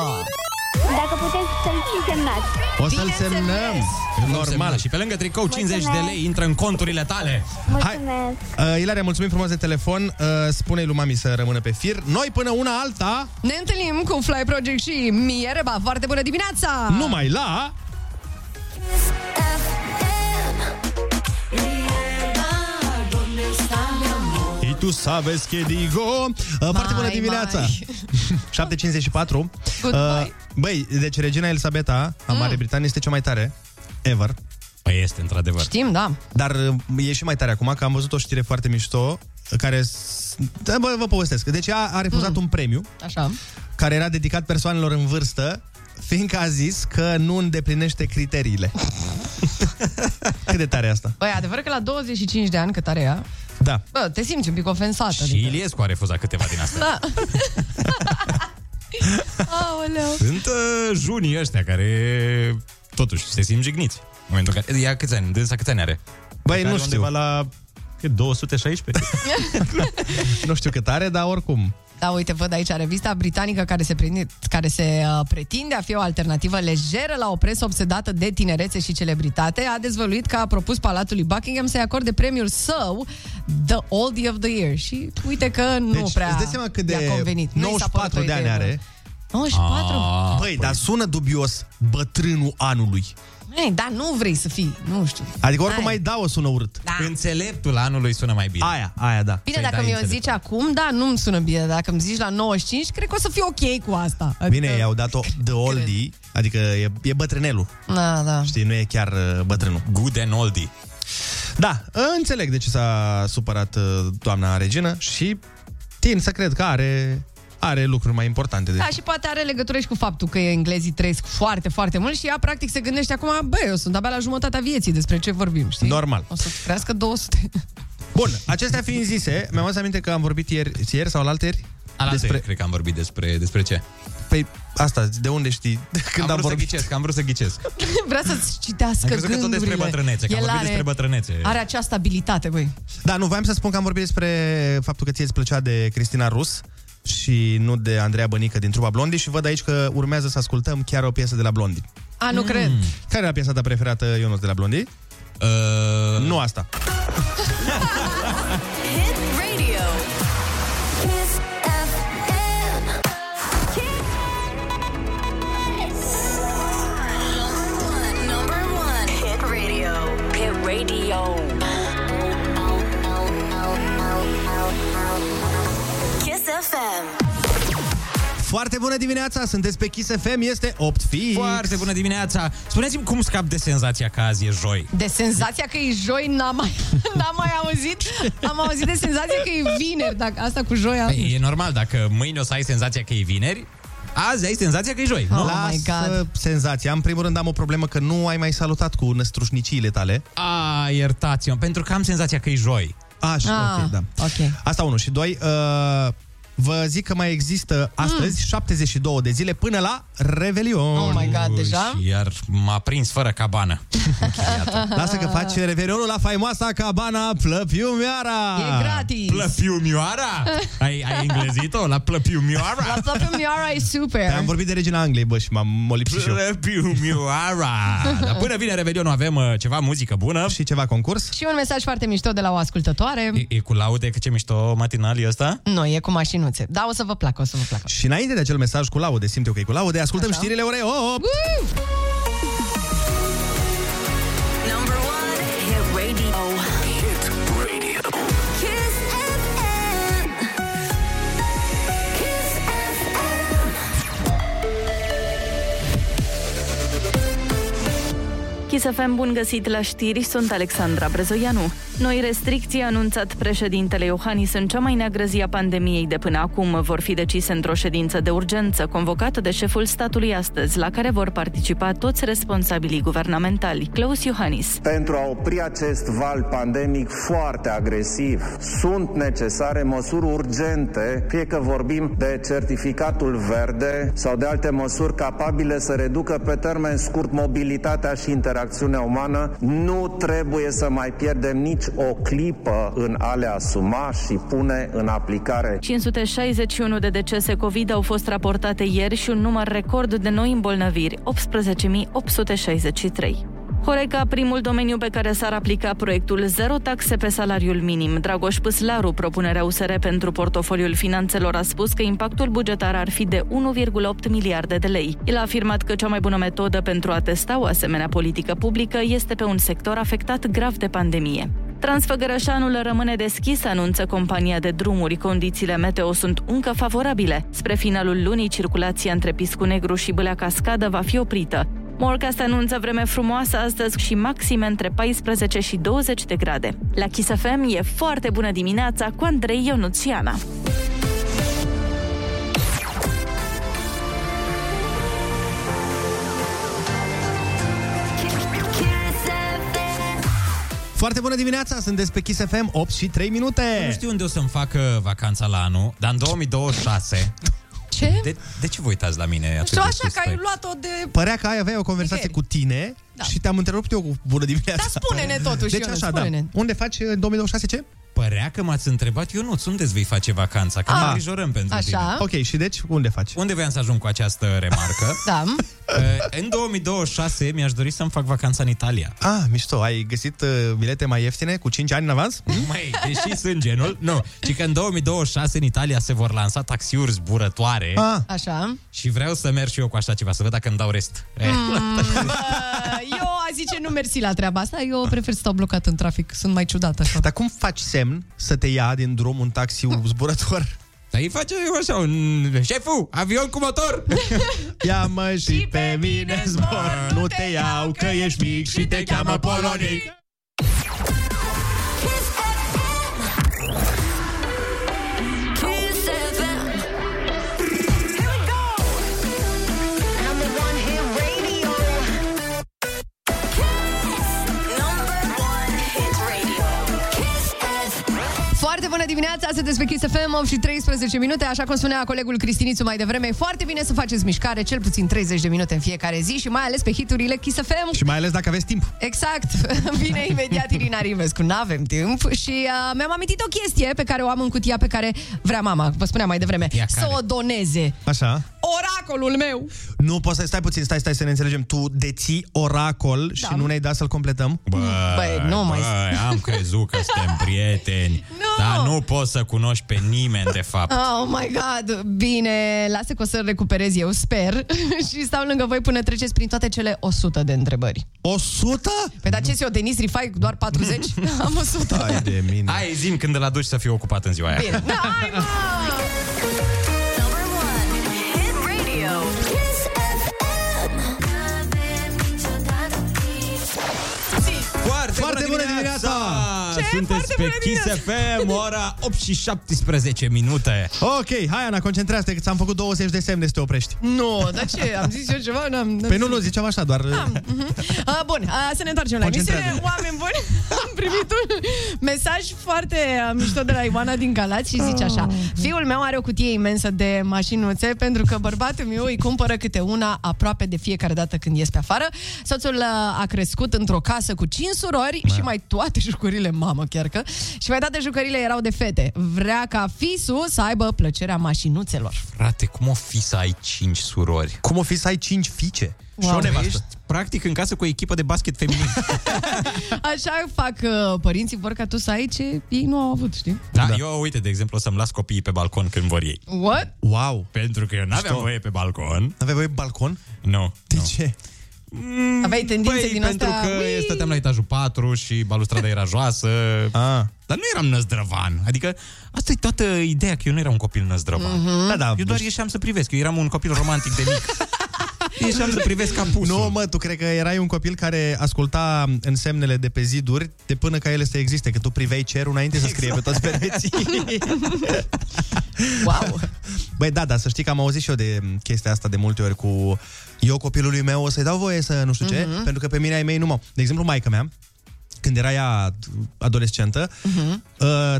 K: Dacă puteți să-l și semnați.
A: O să-l
C: Bineînțeles.
A: semnăm.
B: Normal.
A: Normal.
B: Și pe lângă tricou, 50 de lei intră în conturile tale.
A: Hai.
K: Mulțumesc.
A: Uh, Ilaria, mulțumim frumos de telefon. Uh, spune-i lui mami să rămână pe fir. Noi până una alta,
C: Ne întâlnim cu Fly Project și Mie Reba. Foarte bună dimineața!
A: Ah. numai la... Y tu sabes que digo uh, Foarte bună
C: mai.
A: dimineața 7.54 uh,
C: Goodbye.
A: Băi, deci regina Elisabeta A Marii
C: Mm.
A: Britanii este cea mai tare Ever
B: Păi este, într-adevăr.
C: Știm, da.
A: Dar uh, e și mai tare acum, că am văzut o știre foarte mișto uh, care... s- Da, Bă, vă povestesc. Deci ea a refuzat
C: Mm.
A: un premiu
C: Așa.
A: care era dedicat persoanelor în vârstă, fiindcă a zis că nu îndeplinește criteriile. Cât de tare e asta?
C: Băi, adevăr că la 25 de ani, cât are ea,
A: Da.
C: bă, te simți un pic ofensat.
B: Și Iliescu a refuzat câteva din astea.
C: Da. Aoleu.
B: Sunt uh, junii ăștia care totuși se simt jigniți. În momentul în care... Ea câți ani? Dânsa câți ani are?
A: Băi,
B: Care
A: nu
B: e
A: știu.
B: Undeva la cât, 216?
A: Nu știu cât are, dar oricum.
C: Da, uite, văd aici revista britanică care se, prinde, care se uh, pretinde a fi o alternativă lejeră la o presă obsedată de tinerețe și celebritate, a dezvăluit că a propus Palatului Buckingham să-i acorde premiul său The Oldie of the Year. Și uite că nu
A: Deci,
C: prea
A: îți dai seama cât de
C: i-a convenit. Nu i s-a
A: 94
C: părut o
A: de ani
C: idee
A: are.
C: bună. 94? Ah.
A: Băi, dar sună dubios bătrânul anului.
C: Ei, da, nu vrei să fii, nu știu.
A: Adică oricum
C: Hai.
A: mai da o sună urât.
C: Da.
B: Înțeleptul anului sună mai bine.
A: Aia, aia, da.
C: Bine,
B: Păi
C: dacă
B: da,
C: mi-o
B: înțeleg.
C: zici acum, da, nu-mi sună bine. Dacă mi zici la 95, cred că o să fiu ok cu asta.
A: Bine, i-au dat-o de oldie, adică e, e bătrânelul,
C: Da, da.
A: știi, nu e chiar uh, bătrânul.
B: Good and oldie.
A: Da, înțeleg de ce s-a supărat uh, doamna regină și tin să cred că are, are lucruri mai importante. De...
C: Da, și poate are legătură și cu faptul că englezii trăiesc foarte, foarte mult și ea practic se gândește acum, băi, eu sunt abia la jumătatea vieții, despre ce vorbim, știi?
A: Normal.
C: O să crească 200.
A: Bun, acestea fiind zise, mi-am adus aminte că am vorbit ieri, ieri sau alteri
B: Alaltă,
A: despre...
B: despre... cred că am vorbit despre, despre ce.
A: Păi, asta, de unde știi? Când
B: am,
A: am,
B: vrut
A: vorbit...
B: să ghicesc, am vrut să ghicesc.
C: Vrea să-ți citească
B: Am crezut că tot
C: gândurile.
B: despre bătrânețe, că am
C: El
B: vorbit
C: are,
B: despre bătrânețe.
C: Are această abilitate, băi.
A: Da, nu, voiam să spun că am vorbit despre faptul că ție îți plăcea de Cristina Rus și nu de Andreea Bănică din Trupa Blondi și văd aici că urmează să ascultăm chiar o piesă de la Blondi.
C: A,
B: Mm.
C: nu cred.
A: Care era piesa ta preferată, Ionuț, de la Blondi?
B: Uh,
A: Nu asta.
D: Hit radio. Kiss FM. Kiss. Number one. Hit radio. Hit radio. Kiss FM.
A: Foarte bună dimineața, sunteți pe Kiss FM, este 8 fi.
B: Foarte bună dimineața! Spuneți-mi cum scap de senzația că azi e joi.
C: De senzația că e joi n-am mai, n-am mai auzit. Am auzit de senzația că e vineri, dacă asta cu joia.
B: Păi, e normal, dacă mâine o să ai senzația că e vineri, azi ai senzația că e joi, nu?
C: Oh my
A: Lasă
C: God.
A: senzația. În primul rând am o problemă că nu ai mai salutat cu năstrușniciile tale.
B: A, iertați-mă, pentru că am senzația că e joi.
A: Așa,
C: Ah,
A: ok, da.
C: ok.
A: Asta unul. Și doi, uh, vă zic că mai există astăzi 72 de zile până la Revelion.
C: Hmm. Oh my God, deja?
B: Și iar m-a prins fără cabană. Iată.
A: Lasă că face Revelionul la faimoasa cabana Plăpiumiara.
C: E gratis.
B: Plăpiumioara? Ai, ai englezit-o? La plăpiumioara?
C: La Plăpim Iara e super.
A: Am vorbit de regina Angliei, bă, și m-am lipsit și eu.
B: Plăpiumioara! Dar Da, până vine Revelionul avem uh, ceva muzică bună.
A: Și ceva concurs?
C: Și un mesaj foarte mișto de la o ascultătoare.
B: E, e cu laude că ce mișto matinal e ăsta?
C: Nu, e cu mașinuțe. Da, o să vă placă, o să vă placă.
A: Și înainte de acel mesaj cu laude, simt eu că e cu laude, ascultăm
C: Așa.
A: știrile orei 8.
D: Number one. Hit radio. Hit radio.
E: KSFM, bun găsit la știri, sunt Alexandra Brezoianu. Noi restricții a anunțat președintele Iohannis în cea mai neagră zi a pandemiei de până acum vor fi decise într-o ședință de urgență convocată de șeful statului astăzi, la care vor participa toți responsabilii guvernamentali. Claus Iohannis.
G: Pentru a opri acest val pandemic foarte agresiv, sunt necesare măsuri urgente, fie că vorbim de certificatul verde sau de alte măsuri capabile să reducă pe termen scurt mobilitatea și interacțiunea umană. Nu trebuie să mai pierdem nici o clipă în a le asuma și pune în aplicare.
E: 561 de decese COVID au fost raportate ieri și un număr record de noi îmbolnăviri, 18.863. Horeca, primul domeniu pe care s-ar aplica proiectul Zero taxe pe salariul minim. Dragoș Păslaru, propunerea USR pentru portofoliul finanțelor, a spus că impactul bugetar ar fi de 1,8 miliarde de lei. El a afirmat că cea mai bună metodă pentru a testa o asemenea politică publică este pe un sector afectat grav de pandemie. Transfăgărășanul rămâne deschis, anunță compania de drumuri. Condițiile meteo sunt încă favorabile. Spre finalul lunii, circulația între Piscu Negru și Bâlea Cascadă va fi oprită. Morcast anunță vreme frumoasă astăzi și maxime între 14 și 20 de grade. La Kiss FM e foarte bună dimineața cu Andrei Ionuț și Ana.
D: Kiss FM.
A: Foarte bună dimineața, sunt pe Kiss FM, 8 și 3 minute.
B: Nu știu unde o să-mi fac uh, vacanța la anul, dar în 2026...
C: Ce?
B: De, de ce vă uitați la mine atât
C: Știu
B: de
C: așa
B: suspect?
C: că ai luat-o de...
A: Părea că ai avea o conversație
C: Ieri.
A: cu tine
C: Da.
A: și te-am întrerupt eu cu bună dimineața.
C: Dar spune-ne totuși,
A: Deci
C: Ionuț,
A: așa, da.
C: spune-ne.
A: Unde faci în 2026 ce?
B: Părea că m-ați întrebat, eu nu, unde vei face vacanța? Că
C: Ah.
B: ne îngrijorăm pentru tine.
C: Așa,
A: Ok, și deci unde faci?
B: Unde voiam să ajung cu această remarcă?
C: da.
B: Uh, în 2026 mi-aș dori să-mi fac vacanța în Italia.
A: Ah, mișto, ai găsit uh, bilete mai ieftine cu 5 ani în avans?
B: Măi, deși sunt genul, nu. Ci că în 2026 în Italia se vor lansa taxiuri zburătoare
A: Ah,
C: Așa.
B: și vreau să merg și eu cu așa ceva, să văd dacă îmi dau rest. Eh,
C: Mm. Bă, eu a zice nu mersi la treaba asta, eu prefer să stau blocat în trafic, sunt mai ciudată așa.
A: dar cum faci semn să te ia din drum un taxi zburător?
B: Dar îi face eu așa un... Șeful, avion cu motor!
A: Ia-mă și pe mine zbor, nu te iau că ești mic și te cheamă polonic.
D: Kiss FM. Kiss FM. Here we go. Number one hit radio. Kiss. Number one hit radio. Kiss FM.
C: Foarte bună dimineața, sunteți pe Kiss FM, 8 și 13 minute, așa cum spunea colegul Cristinițu mai devreme, e foarte bine să faceți mișcare, cel puțin 30 de minute în fiecare zi și mai ales pe hiturile Kiss FM.
A: Și mai ales dacă aveți timp.
C: Exact, vine imediat Irina Rimescu, n-avem timp și uh, mi-am amintit o chestie pe care o am în cutia pe care vrea mama, vă spuneam mai devreme,
B: Ia
C: să
B: care?
C: o doneze.
A: Așa.
C: Oracolul meu!
A: Nu, poți să stai puțin, stai, stai să ne înțelegem. Tu deții oracol și
C: Da.
A: nu ne-ai dat să-l completăm?
B: Bă,
C: Băi, nu mai-
B: bă, am crezut că suntem prieteni,
C: Nu.
B: dar nu poți să cunoști pe nimeni, de fapt.
C: Oh my god, bine, lasă că o să recuperez eu, sper Și stau lângă voi până treceți prin toate cele 100 de întrebări
A: 100?
C: Păi dar ce se o Denis Rifai cu doar 40? Am 100
A: Hai de mine.
B: Hai, zim când îl aduci să fiu ocupat în ziua aia.
C: Bine, da, hai mă!
D: Number one hit radio. Kiss FM. N-avem niciodată timp.
B: Foarte,
A: Foarte bună dimineața!
B: Ce? Sunteți
C: Foarte
B: pe
C: bună
B: Kiss FM, ora 8 și 17 minute.
A: Ok, hai Ana, concentrează-te că ți-am făcut 20 de semne să te oprești.
C: Nu, dar ce? Am zis eu ceva? N-am, n-am
A: Pe Păi nu,
C: zis.
A: nu, ziceam așa, doar...
C: mhm. A, bun, a, să ne întoarcem la emisiune.
A: Concentrează-te.
C: Oameni buni, am primit un mesaj foarte a, mișto de la Ioana din Galați și zice așa. Fiul meu are o cutie imensă de mașinuțe pentru că bărbatul meu îi cumpără câte una aproape de fiecare dată când ies pe afară. Soțul uh, a, a crescut într-o casă cu cinci surori și mai toate jucările, mamă chiar că, și mai toate jucările erau de fete. Vrea ca fisul să aibă plăcerea mașinuțelor.
B: Frate, cum o fi să ai 5 surori?
A: Cum o fi să ai 5 fiice?
C: Wow.
A: Și o nevastă.
B: Ești practic în casă cu o echipă de basket feminin.
C: Așa fac uh, părinții, vor ca tu să ai ce ei nu au avut, știi?
B: Da, eu, uite, de exemplu, o să-mi las copiii pe balcon când vor ei.
C: What?
A: Wow!
B: Pentru că eu n-aveam
A: Mișto.
B: voie pe balcon.
A: Aveai voi balcon?
B: Nu.
A: De
B: nu.
A: ce? Mm,
C: Aveai tendințe
A: păi,
B: Băi,
C: din
B: pentru
C: astea...
B: că
C: Ui!
B: stăteam la etajul 4 și balustrada era joasă.
A: Ah.
B: Dar nu eram năzdrăvan. Adică asta e toată ideea că eu nu eram un copil năzdrăvan. deci-
A: Da, da.
B: Eu doar ieșeam să privesc. Eu eram un copil romantic de mic. Ieșeam să privesc capusul.
A: Nu, mă, tu cred că erai un copil care asculta însemnele de pe ziduri de până ca ele să existe, că tu priveai cerul înainte să scrie pe toți
B: Exact.
A: pereții.
C: Wow!
A: Băi, da, da, să știi că am auzit și eu de chestia asta de multe ori cu eu copilului meu o să-i dau voie să nu știu ce,
B: Mhm.
A: uh-huh. pentru că pe mine ai mei nu m-au. De exemplu, maica mea, când era ea adolescentă, uh-huh.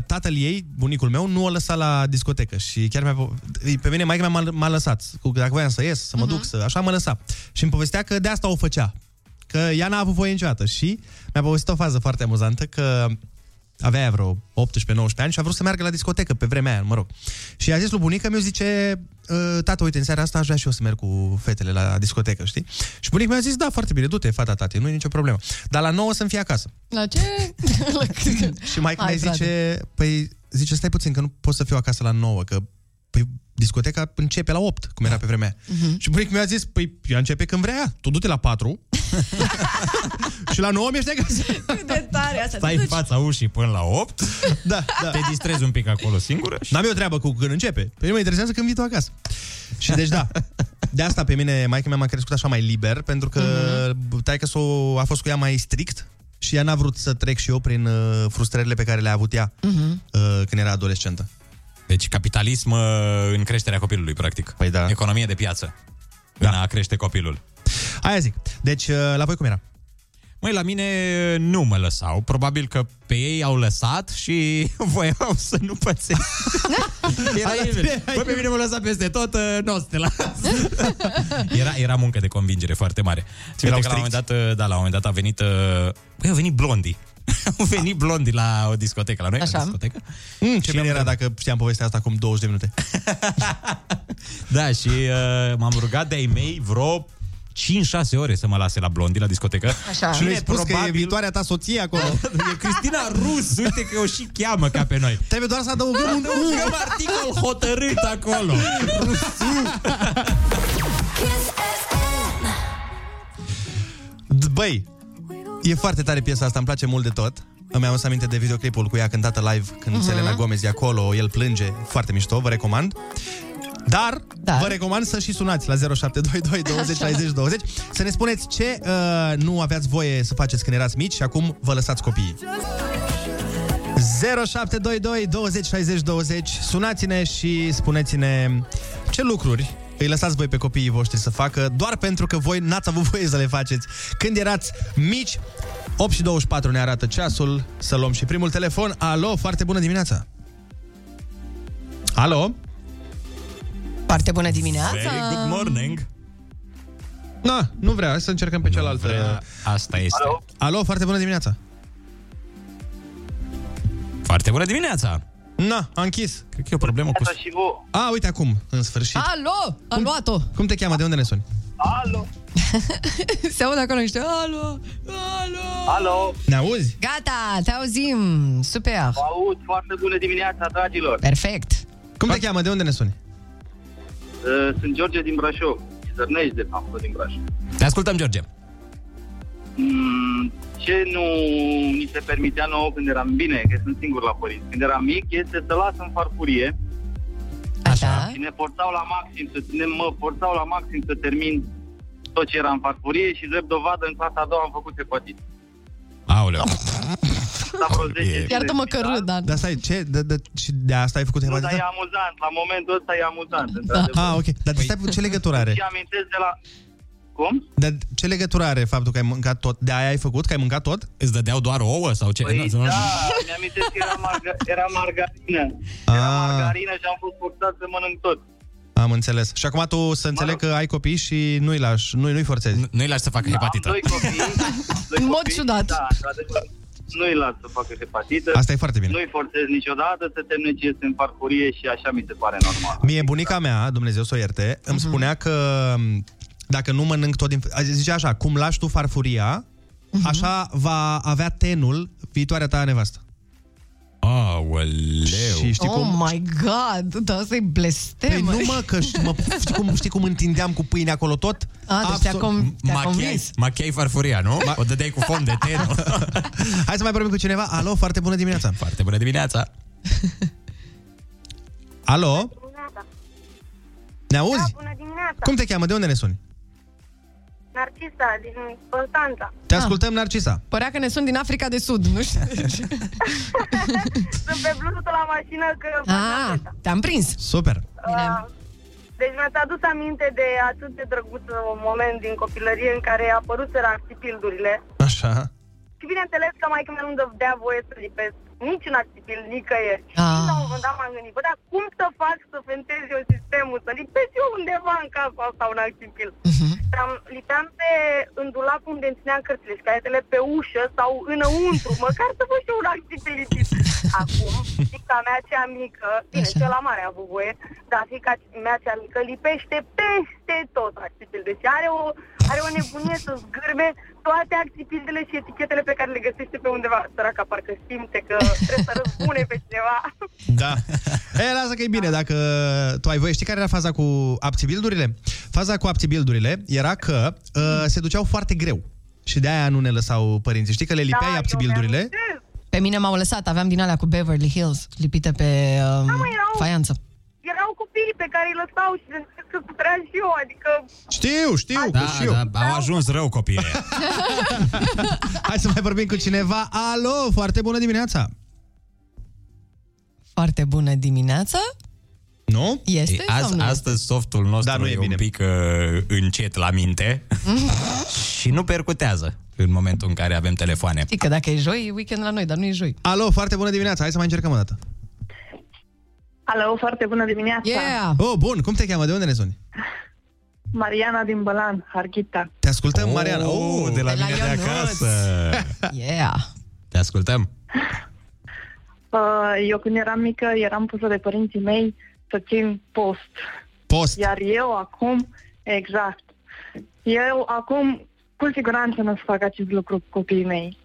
A: tatăl ei, bunicul meu, nu o lăsa la discotecă și chiar mi-a, po- pe mine maica mea m-a, m-a lăsat. Cu, dacă voiam să ies, să mă uh-huh. duc, să, așa mă lăsa. Și îmi povestea că de asta o făcea. Că ea n-a avut voie niciodată și mi-a povestit o fază foarte amuzantă că avea ea vreo 18-19 ani și a vrut să meargă la discotecă pe vremea aia, mă rog. Și a zis lui bunica mi zice, "Uh, tată, uite, în seara asta aș vrea și eu să merg cu fetele la discotecă, știi? Și bunica mi-a zis, da, foarte bine, du-te, fata, tati, nu e nicio problemă. Dar la 9 să-mi fie acasă.
C: La ce?
A: Și mai
C: Hai, frate.
A: mai zice, păi, zice, stai puțin că nu pot să fiu acasă la 9, că păi, discoteca începe la 8, cum era pe vremea aia.
C: Mhm.
A: Și bunicul mi-a zis, păi, ea începe când vrea, ea. tu du-te la 4 și la 9 mi-ești acasă.
C: Cât de tare asta.
B: Stai în fața ușii până la 8,
A: da, da.
B: te distrezi un pic acolo singură și...
A: N-am eu treabă cu când începe. Pe mine mă interesează când vii tu acasă. Și deci da, de asta pe mine maica mea m-a crescut așa mai liber, pentru că
C: Mhm.
A: mm-hmm. taică a fost cu ea mai strict și ea n-a vrut să trec și eu prin uh, frustrările pe care le-a avut ea
C: Mhm.
A: mm-hmm. uh, când era adolescentă.
B: Deci capitalism uh, în creșterea copilului, practic.
A: Păi da.
B: Economie de piață. Da. În a crește copilul.
A: Aia zic. Deci, uh, la voi cum era?
B: Măi, la mine uh, nu mă lăsau. Probabil că pe ei au lăsat și voiau să nu pățesc. era la tine, Bă, pe mine mă lăsa peste tot, uh, nu o să te las.
A: Hm?
B: era, era muncă de convingere foarte mare. Țin
A: Erau
B: minte că la un moment dat, uh, da, la un moment dat a venit... uh, Băi, au venit blondii. au venit blondii la o discotecă, la noi,
C: Așa.
B: la discotecă.
A: Mm, ce
B: Și
A: bine
B: am
A: era dacă știam povestea asta acum 20 de minute.
B: Da, și uh, m-am rugat de-ai mei vreo 5-6 ore să mă lase la blondi la discotecă.
C: Așa.
A: Și
B: Bine,
A: nu-i spus probabil... că e
B: probabil-
A: viitoarea ta soție acolo.
B: E Cristina Rus, uite că o și cheamă ca pe noi. Da,
A: Trebuie doar să adăugăm un Hm? U.
B: Avem articol hotărât acolo.
D: Kiss FM.
A: D- Băi, e foarte tare piesa asta, îmi place mult de tot. Îmi am aminte de videoclipul cu ea cântată live când uh-huh. Selena Gomez e acolo, el plânge, foarte mișto, vă recomand. Dar,
C: Dar?
A: Dar, vă recomand să și sunați la 0722 20 60 20 să ne spuneți ce uh, nu aveați voie să faceți când erați mici și acum vă lăsați copiii. 0722 20 60 20 Sunați-ne și spuneți-ne ce lucruri îi lăsați voi pe copiii voștri să facă doar pentru că voi n-ați avut voie să le faceți când erați mici. 8 și 24 ne arată ceasul, să luăm și primul telefon. Alo, foarte bună dimineața! Alo?
C: Foarte bună dimineața.
B: Very good morning.
A: Na, nu vrea, hai să încercăm pe cealaltă.
B: Vrea, da. asta este.
H: Alo?
A: Alo, foarte bună dimineața!
B: Foarte bună dimineața.
A: Na, a închis.
B: Cred că e o problemă cu...
H: și vouă.
A: A, uite acum, în sfârșit.
C: Alo, a luat-o.
A: Cum te cheamă? De unde ne suni?
H: Alo?
C: Se aude acolo niște alo, alo.
H: Alo?
A: Ne auzi?
C: Gata, te auzim. Super.
H: Vă aud, foarte bună dimineața, dragilor.
C: Perfect.
A: Cum te cheamă? De unde ne suni?
H: Uh, Sunt George din Brașov. Zărnești, de fapt, tot din Brașov.
B: Te ascultăm, George.
H: Mm, ce nu mi se permitea nouă când eram bine, că sunt singur la părinți, când eram mic, este să las în farfurie
C: Așa.
H: și ne forțau la maxim, să, ne mă forțau la maxim să termin tot ce era în farfurie și drept dovadă în clasa a doua am făcut epatit.
L: Ah,
B: Aoleu.
H: S-a vreo 10
B: E-
H: zile
C: Iartă-mă că
H: spital.
C: râd, dar...
A: Dar stai, ce? De, de, și de asta ai făcut
H: Nu, dar
A: hepatită?
H: e amuzant, la momentul ăsta e amuzant, într-adevăr.
A: Ah, ok. Dar păi... stai, ce legătură are?
H: Și amintesc de la... Cum?
A: Dar ce legătură are faptul că ai mâncat tot? De aia ai făcut? Că ai mâncat tot?
B: Îți dădeau doar ouă sau ce?
H: Păi,
B: Nu, nu, nu.
H: da, mi-amintesc că era, marga- era margarină. Era
A: Ah.
H: margarină și am fost forțat să mănânc tot.
A: Am înțeles. Și acum tu să înțeleg că ai copii și nu-i lași, nu-i, nu-i forțezi.
B: Nu- Nu-i lași să facă Da, hepatită.
H: Am doi copii. doi
C: În mod
H: copii,
C: ciudat.
H: Da, într-adevăr, nu-i las să facă hepatită.
A: Asta e foarte bine.
H: Nu-i forțez niciodată să termine ce este în farfurie și așa mi se pare normal.
A: Mie bunica mea, Dumnezeu să o ierte, îmi
B: Mhm.
A: spunea că m, dacă nu mănânc tot din... a- Zicea așa, cum lași tu farfuria,
B: Mhm.
A: așa va avea tenul viitoarea ta nevastă.
B: Aoleu.
A: Și știi
C: oh
A: cum?
C: my god, dar asta e
A: Păi
C: blestemă.
A: nu mă, că ș- mă, știi, cum, știi cum întindeam cu pâine acolo tot?
C: A, deci te-a, com- te-a
B: Machiai,
C: convins.
B: machiai farfuria, nu? O dădeai cu fond de ten.
A: Hai să mai vorbim cu cineva. Alo, foarte bună dimineața.
B: Foarte bună dimineața.
A: Alo,
K: Bună,
A: ne auzi?
K: bună dimineața. Da,
A: Cum te cheamă? De unde ne suni?
K: Narcisa din Constanța.
A: Te
C: Ah.
A: ascultăm, Narcisa.
C: Părea că ne sunt din Africa de Sud, nu știu. de ce.
K: Sunt pe bluetooth la mașină că...
C: Ah, te-am prins.
A: Super.
C: Bine.
K: Deci mi-ați adus aminte de atât de drăguț un moment din copilărie în care apăruseră acțipildurile.
A: Așa.
K: Și bineînțeles că mai mea nu dea voie să lipesc niciun acțipild, nicăieri.
C: Ah.
K: Și la un moment dat m-am gândit, bă, dar cum să fac să fentez eu sistemul, să lipesc eu undeva în casa asta un acțipil? Uh-huh. Am, lipeam pe în dulap unde îmi țineam cărțile și caietele pe ușă sau înăuntru, măcar să văd și eu un acțipil lipit. Acum, fica mea cea mică, bine,
C: Așa.
K: cea la mare a avut voie, dar fica mea cea mică lipește peste tot acțipil. Deci are o, are o nebunie să zgârme toate acțipildele și etichetele pe care le găsește pe undeva. Săraca parcă simte că trebuie să răzbune pe cineva.
A: Da. E, lasă că e bine dacă tu ai voie. Știi care era faza cu abțibildurile? Faza cu abțibildurile era că uh, se duceau foarte greu. Și de aia nu ne lăsau părinții. Știi că le lipeai da, abțibildurile?
K: amintesc.
C: Pe mine m-au lăsat, aveam din alea cu Beverly Hills, lipite pe um,
K: mă, erau-
C: faianță.
K: Erau copiii pe care îi lăsau și le zic că puteam și eu, adică
A: Știu, știu, da,
B: Da,
A: și eu. Da.
B: da, au ajuns rău copiii ăia.
A: Hai să mai vorbim cu cineva. Alo, foarte bună dimineața.
C: Foarte bună dimineața.
A: Nu?
C: Este
B: Ei,
C: sau
B: Azi,
C: nu?
B: astăzi softul
A: Da,
B: nostru da,
A: nu
B: nu
A: e
B: e,
A: bine.
B: un pic uh, încet la minte și nu percutează în momentul în care avem telefoane.
C: Știi că dacă e joi, e weekend la noi, dar nu e joi.
A: Alo, foarte bună dimineața. Hai să mai încercăm o dată.
M: Alo, foarte bună dimineața!
C: Yeah!
A: Oh, bun, cum te cheamă? De unde ne suni?
M: Mariana din Bălan, Harghita.
A: Te ascultăm, oh, Mariana. Oh, de la...
B: la
C: de la
B: mine de
C: Ionuț.
B: acasă.
C: Yeah!
B: Te ascultăm.
M: Uh, Eu când eram mică eram pusă de părinții mei să țin post.
A: Post.
M: Iar eu acum, exact, eu acum cu siguranță nu o să fac acest lucru cu copiii mei.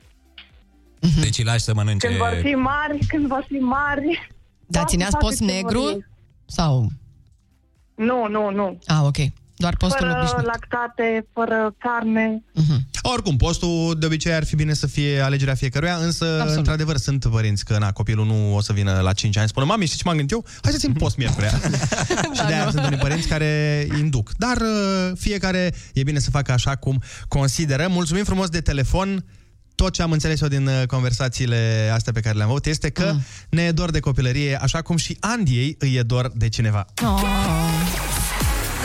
C: Mhm.
B: Deci îi lași să mănânce...
M: Când vor fi mari, când vor fi mari...
C: Dar
M: fac-
C: țineați
M: fac
C: post
M: ce vor
C: negru
M: ei.
C: sau...
M: Nu, nu, nu.
C: Ah, ok. Doar postul
M: Fără
C: obișnuit.
M: lactate, fără carne.
A: Oricum, postul de obicei ar fi bine să fie alegerea fiecăruia, însă, Absolut.
C: Absolut.
A: într-adevăr, sunt părinți că na, copilul nu o să vină la 5 ani. Spune, mami, știi ce m-am gândit eu? Hai să țin post miercurea. și de aia sunt unii părinți care induc. Dar uh, fiecare e bine să facă așa cum consideră. Mulțumim frumos de telefon. Tot ce am înțeles eu din uh, conversațiile astea pe care le-am avut este că mm. ne e dor de copilărie, așa cum și Andiei îi e dor de cineva.
C: Oh.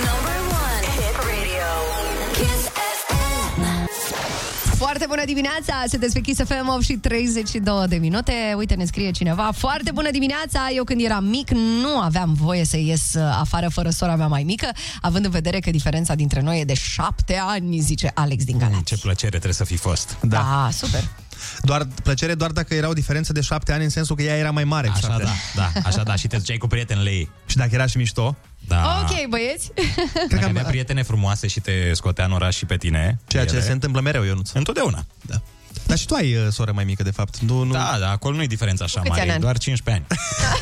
D: Number one hit radio. Kiss FM.
C: Foarte bună dimineața! Se să FM 8 și 32 de minute. Uite, ne scrie cineva. Foarte bună dimineața! Eu când eram mic nu aveam voie să ies uh, afară fără sora mea mai mică, având în vedere că diferența dintre noi e de șapte ani, zice Alex din Galați.
B: Da. Ce plăcere trebuie să fi fost.
A: Da.
C: Ah, super!
A: Doar plăcere doar dacă era o diferență de șapte ani în sensul că ea era mai mare. exact. cu
B: Așa
A: șapte
B: da,
A: ani.
B: da, așa da. Și te duceai cu prietenele ei.
A: Și dacă era și mișto,
B: Da.
C: Ok, băieți!
A: cred că
B: Dacă
A: am,
B: avea prietene frumoase și te scotea în oraș și pe tine.
A: Ceea
B: ele,
A: ce se întâmplă mereu, Ionuț.
B: Întotdeauna. Da.
A: Dar și tu ai uh, soră mai mică, de fapt. Nu, nu...
B: Da, da, acolo nu e diferența așa
C: Câți ani
B: mare, e
C: ai?
B: doar 15 ani.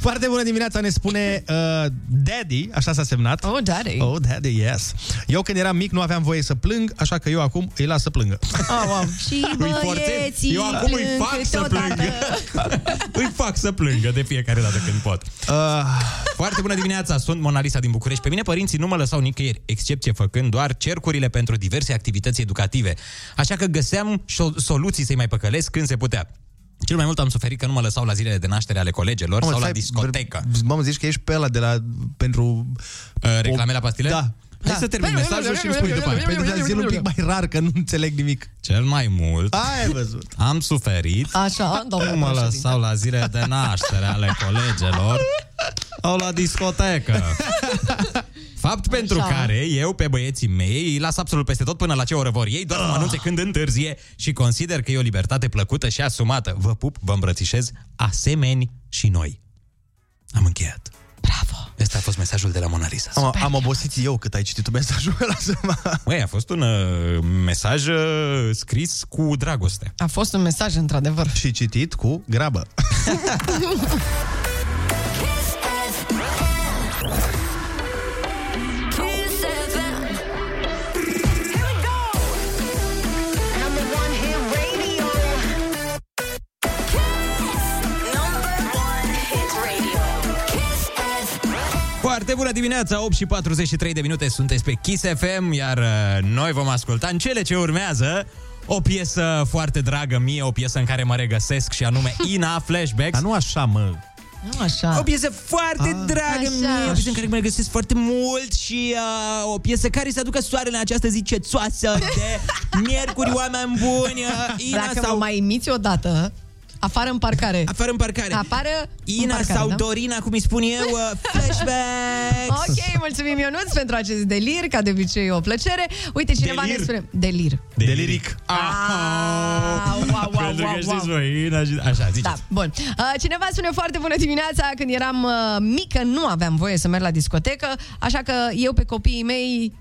A: Foarte bună dimineața, ne spune uh, Daddy, așa s-a semnat.
C: Oh, daddy! Oh.
A: Oh, Daddy, yes. Eu când eram mic nu aveam voie să plâng, așa că eu acum îi las să plângă.
C: Oh, wow. Și
B: Îi forțez.
C: băieții
B: Eu acum îi
C: plâng
B: fac să
C: câteodată.
B: plângă. îi fac să plângă de fiecare dată când pot.
A: Uh,
B: Foarte bună dimineața, sunt Mona Lisa din București. Pe mine părinții nu mă lăsau nicăieri, excepție făcând doar cercurile pentru diverse activități educative. Așa că găseam șo- soluții să-i mai păcălesc când se putea. Cel mai mult am suferit că nu mă lăsau la zilele de naștere ale colegelor sau la
A: stai,
B: discotecă.
A: Mamă, zici că ești pe ăla de la... pentru...
B: Uh, reclame la pastile?
A: Da.
B: Hai să termin mesajul și îmi spui după aia.
A: Păi de la zi un pic mai rar, că nu înțeleg nimic.
B: Cel mai mult
A: Ai văzut.
B: am suferit
C: Așa,
B: Nu mă
C: domnule președinte.
B: lăsau la zilele de naștere ale colegelor Au la discotecă Fapt pentru
C: Așa.
B: care eu pe băieții mei îi las absolut peste tot până la ce oră vor ei, doar să mă anunțe când întârzie și consider că e o libertate plăcută și asumată. Vă pup, vă îmbrățișez, asemeni și noi. Am încheiat.
C: Bravo!
B: Ăsta a fost mesajul de la Mona Lisa.
A: Am, am obosit eu cât ai citit tu mesajul ăla. să mă-
B: Băi, a fost un uh, mesaj uh, scris cu dragoste.
C: A fost un mesaj, într-adevăr.
A: Și citit cu grabă.
D: Kiss FM. Kiss FM. Here we go. Number one hit radio. Kiss. Number one hit radio. Kiss FM.
B: Foarte Foarte bună dimineața, 8 și 43 de minute sunteți pe Kiss FM, iar uh, noi vom asculta în cele ce urmează o piesă foarte dragă mie, o piesă în care mă regăsesc și anume Ina Flashbacks. Dar nu așa, mă.
C: Nu așa.
B: O
D: é
B: piesă foarte ah. dragă
C: Așa.
B: mie, o piesă în care mă regăsesc foarte mult și uh, o piesă care se aducă soarele în această zi cețoasă de miercuri, oameni buni, uh, Ina
C: Dacă
B: sau
C: mă mai imiți odată, afară în parcare.
B: Afară în parcare.
C: Afară în
B: Ina
C: parcare,
B: sau
C: da?
B: Dorina, cum îi spun eu, uh, flashback.
C: Ok, mulțumim Ionuț pentru acest delir, ca de obicei o plăcere. Uite cineva
B: Delir?
C: ne spune... Delir.
B: Deliric. Ah,
C: wow, wow,
B: Pentru că
C: wow,
B: știți voi, Ina și- așa, ziceți.
C: Da, bun. Uh, Cineva spune foarte bună dimineața, când eram uh, mică nu aveam voie să merg la discotecă, așa că eu pe copiii mei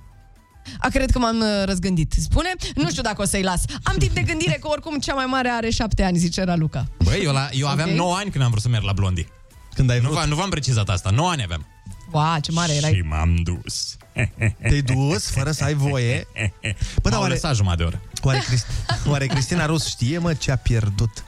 C: a, cred că m-am uh, răzgândit, spune. Nu știu dacă o să-i las. Am timp de gândire că oricum cea mai mare are șapte ani, zice Raluca.
B: Băi, eu, la, eu aveam
C: Ok.
B: okay. 9 ani când am vrut să merg la Blondie. Când ai nu, v-am, nu v-am precizat asta, 9 ani aveam.
C: Wow, ce mare
B: Și
C: erai.
B: m-am dus.
A: Te-ai dus fără să ai voie?
B: Bă,
A: Bă,
B: M-au
A: dar
B: oare...
A: oare,
B: lăsat jumătate de oră.
A: oare, Crist- oare Cristina Rus știe, mă, ce a pierdut?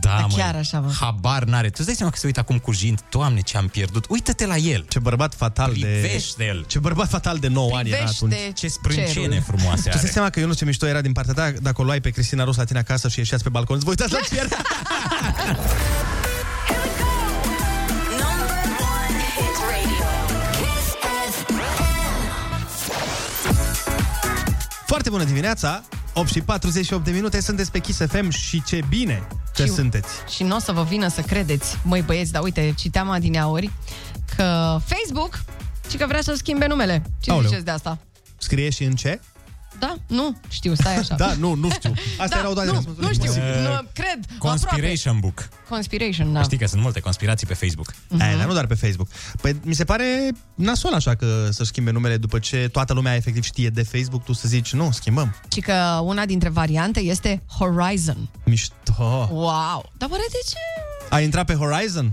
B: Da, măi,
C: chiar așa, mă.
B: Habar n-are. Tu îți dai seama că se uită acum cu jind. Doamne, ce am pierdut. Uită-te la el.
A: Ce bărbat fatal de...
B: Privește-l.
A: Ce bărbat fatal de 9 ani era atunci.
C: Privește
B: Adică Ce sprâncene
C: cerul.
B: frumoase
A: Tu îți dai
B: are.
A: seama că eu nu ce mișto era din partea ta Dacă o luai pe Cristina Rus la tine acasă și ieșeați pe balcon Îți vă uitați la cer
D: Number one hit radio. Kiss
A: Foarte bună dimineața 8 și 48 de minute Sunteți pe Kiss FM și ce bine că
C: Și-
A: sunteți
C: Și nu o să vă vină să credeți, măi băieți, dar uite, citeam adineaori că Facebook și că vrea să schimbe numele. Ce
A: Aoleu.
C: ziceți de asta?
A: Scrie și în ce?
C: Da? Nu? Știu, stai așa.
A: Da, nu, nu știu Asta
C: Da,
A: era o dată
C: nu,
A: răspunsuri.
C: nu știu,
B: Mă,
C: nu, cred, aproape.
B: Eh, Conspiration book.
C: Conspiration, da.
B: Știi că sunt multe conspirații pe Facebook.
A: Mm-hmm. Aia, dar nu doar pe Facebook. Păi mi se pare nasol așa că să schimbe numele după ce toată lumea efectiv știe de Facebook, tu să zici, nu, schimbăm.
C: Și că una dintre variante este Horizon.
A: Mișto.
C: Wow! Dar oare de ce?
A: Ai intrat pe Horizon?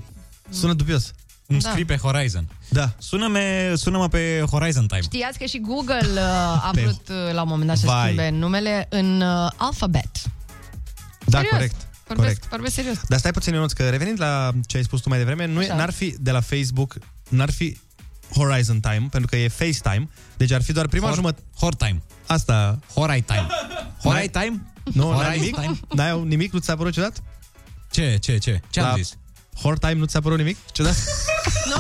A: Sună dubios.
B: Îmi
C: Da.
B: scrii pe Horizon.
A: Da.
B: Sună-mă, sună-mă pe Horizon Time.
C: Știați că și Google uh, a
A: Pe-
C: vrut uh, la un moment dat să
A: Vai.
C: schimbe numele în uh, alfabet.
A: Da,
C: Serios.
A: corect.
C: Vorbesc,
A: corect.
C: vorbesc serios.
A: Dar stai puțin, Ionuț, că revenind la ce ai spus tu mai devreme, nu e,
C: Așa.
A: n-ar fi de la Facebook, n-ar fi Horizon Time, pentru că e FaceTime, deci ar fi doar prima
B: Hor,
A: jumătate.
B: Hor Time.
A: Asta,
B: Horai Time. Horai Time?
A: nu, n-ai
B: Horizon
A: nimic?
B: Time?
A: N-ai nimic? Nu ți s-a părut ciudat?
B: Ce, ce, ce? Ce
A: La
B: am zis?
A: Hor Time nu ți s-a părut nimic? Ciudat?
C: Nu?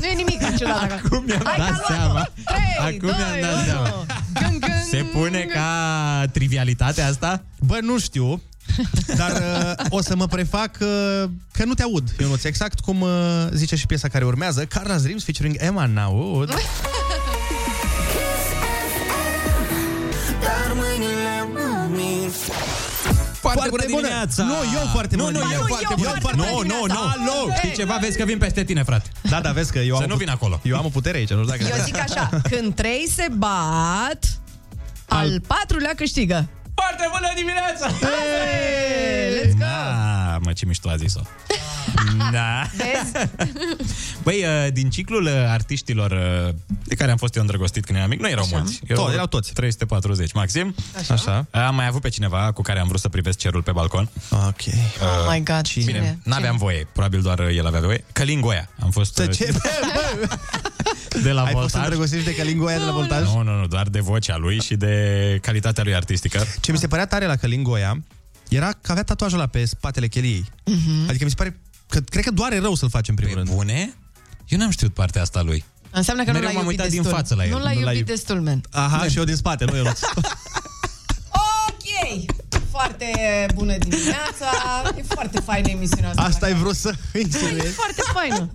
C: Nu e nimic ciudat acolo.
B: Acum mi-am
C: Hai
B: dat
C: că a
B: seama.
C: luat-o. 3,
B: Acum
C: 2,
B: mi-am dat
C: 1.
B: seama.
C: Gâng, gâng.
B: Se pune ca trivialitatea asta?
A: Bă, nu știu, dar uh, o să mă prefac uh, că nu te aud, Ionuț. Exact cum uh, zice și piesa care urmează, Carla Dreams featuring Emma Naud.
B: Foarte,
A: bună dimineața!
B: Nu, eu foarte
A: Nu,
B: bună
A: nu, eu
B: dimineața.
A: foarte bună
B: Nu, nu, nu! Alo! Știi ceva? Vezi că vin peste tine, frate.
A: Da, da, vezi că eu
B: Să
A: am
B: nu
A: o put-
B: vin acolo.
A: Eu am o putere aici, nu știu dacă...
C: Eu zic așa, când trei se bat, al, al patrulea câștigă.
B: Foarte bună dimineața!
C: Hey, let's go!
B: Mamă, ce mișto a zis-o. Da.
C: Vezi?
B: Băi, uh, din ciclul uh, artiștilor uh, de care am fost eu îndrăgostit când eram mic, nu erau mulți.
A: Toți, erau toți.
B: 340 maxim.
A: Așa. așa.
B: Am mai avut pe cineva cu care am vrut să privesc cerul pe balcon.
A: Ok.
C: Oh my God, cine?
B: Bine, n-aveam voie, probabil doar uh, el avea voie. Călin Goia. Am fost
A: Să
B: uh,
A: ce? Bă,
B: de la
A: Ai fost
B: voltaj.
A: îndrăgostit și de Călin Goia de la voltaj?
B: Nu, nu, nu, doar de vocea lui și de calitatea lui artistică.
A: Ce mi se părea tare la Călin Goia era că avea tatuajul ăla pe spatele cheliei. Adică mi se pare că cred că doare rău să-l facem în primul
B: Pe
A: rând.
B: Păi bune? Eu n-am știut partea asta a lui.
C: Înseamnă că
B: Mereu
C: nu l-ai
B: m-am
C: iubit
B: uitat din
C: destul.
B: față la el,
C: Nu l-ai
A: nu l-ai
C: iubit
A: iub-
C: destul, man.
A: Aha, și eu din spate, nu eu.
C: Ok! Foarte bună dimineața! E foarte faină emisiunea asta.
A: Asta ai vrut să
C: E
A: insinuezi?
C: Păi, foarte faină.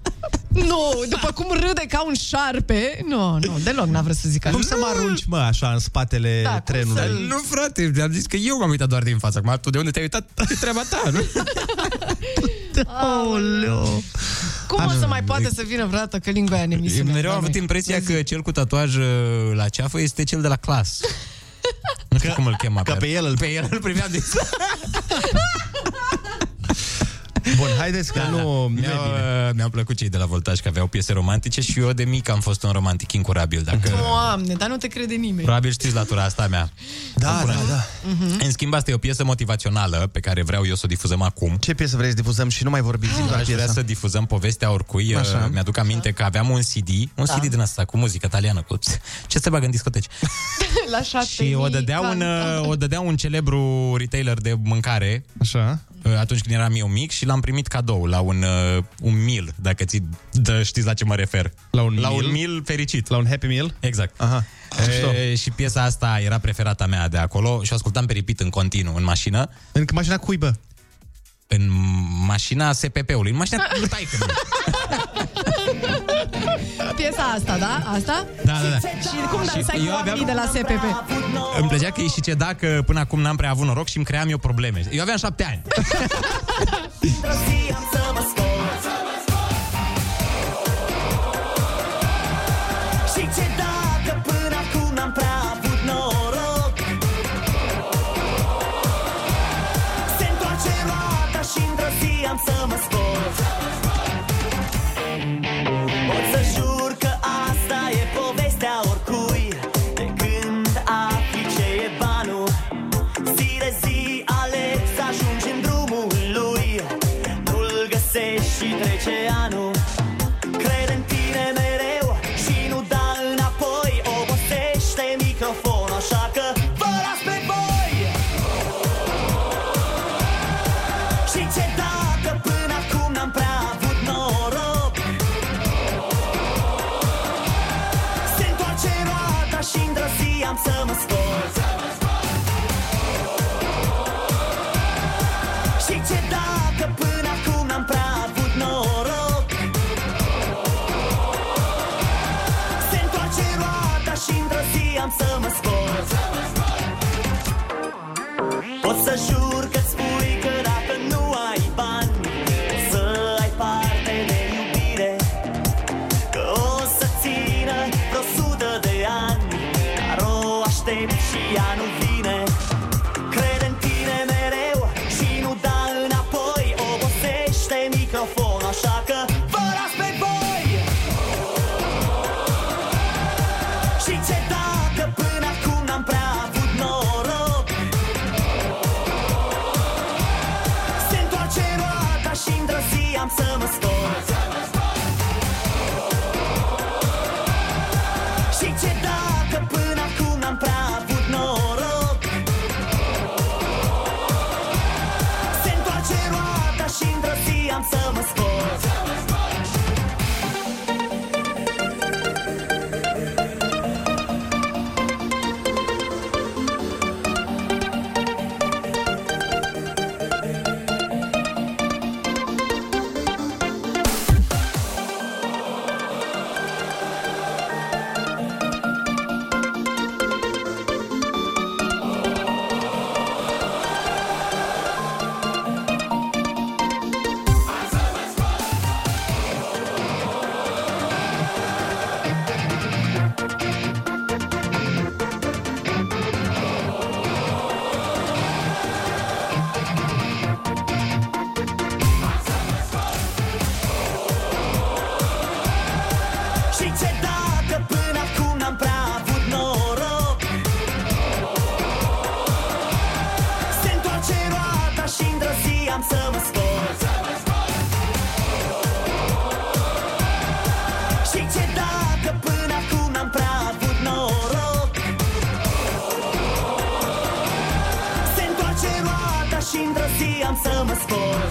C: Nu, după cum râde ca un șarpe. Nu, nu, deloc n-a vrut să zic așa.
A: Cum să mă arunci, mă, așa, în spatele
C: Da, cum
A: trenului?
C: să-l-
B: Nu, frate, am zis că eu m-am uitat doar din față. Acum, tu de unde te-ai uitat? E treaba ta, nu?
A: Aoleu.
C: Cum o să mai poate să vină vreodată că lingua aia în emisiune?
B: Mereu am avut impresia că cel cu tatuaj uh, la ceafă este cel de la clas. Nu știu cum îl chema
A: Că pe el îl...
B: Pe el îl priveam din
A: Bun, haideți că nu...
B: Mi-a, Da, mi-au plăcut cei de la Voltaj că aveau piese romantice și eu de mic am fost un romantic incurabil. Dacă...
C: Doamne, dar nu te crede nimeni.
B: Probabil știți latura asta mea.
A: Da, da, da.
C: Mhm.
B: În schimb, asta e o piesă motivațională pe care vreau eu să o difuzăm acum.
A: Ce piesă vrei să difuzăm și nu mai vorbim zi doar
B: Ah. Aș vrea
A: piesa?
B: să difuzăm povestea oricui.
A: Așa.
B: Așa. Mi-aduc aminte că aveam un CD, un
C: Da.
B: CD din asta cu muzică italiană, cu ce se bagă în discoteci.
C: La șapte
B: Și o dădea, un, uh, o dădea un celebru retailer de mâncare uh,
A: Așa.
B: atunci când eram eu mic și l-am primit cadou la un, uh, un meal, dacă ți dă, știți la ce mă refer.
A: La un
B: la
A: meal?
B: un meal fericit.
A: La un happy meal?
B: Exact.
A: Aha.
B: E, și piesa asta era preferata mea de acolo și o ascultam pe repeat în continuu, în mașină,
A: În mașina cuibă.
B: în mașina SPP-ului, în mașina lui taică
C: Piesa asta, da? Asta?
B: Da, da, da.
C: Și cum dansai
B: eu
C: cu oamenii
B: aveam-
C: de la SPP?
B: Îmi plăcea că îi și ceda că până acum n-am prea avut noroc și îmi cream eu probleme. Eu aveam șapte ani.
D: Și ce dacă până acum n-am prea avut noroc Se întoarce roata și într-o zi am să mă scot Pot să jur că asta e povestea oricui De când afli ce e banul Zi de zi aleg să ajungi în drumul lui Nu-l găsești și trece anul Crede în tine mereu și nu da înapoi Obosește microfonul așa că vă las pe voi Și ce dacă până acum n-am prea avut noroc Se întoarce roata și într-o zi am să mă scot Și ce dacă până acum n-am prea avut noroc se întoarce roata și într-o zi am să mă scot Pot să jur că spui că dacă nu ai bani Să ai parte de iubire Că o să țină vreo sută de ani Dar o aștept și ea nu vine Crede în tine mereu și nu da înapoi Obosește microfonul așa că vă las pe voi Și ce dacă până acum n-am prea avut noroc se întoarce roata și într-o zi am să mă scot Și ce dacă până acum n-am prea avut noroc se întoarce roata și într-o zi am să mă scot Și ce dacă până acum n-am prea avut noroc se întoarce roata și într-o zi am să mă scot Și ce dacă până acum n-am prea avut noroc se întoarce roata și într-o zi am să mă scot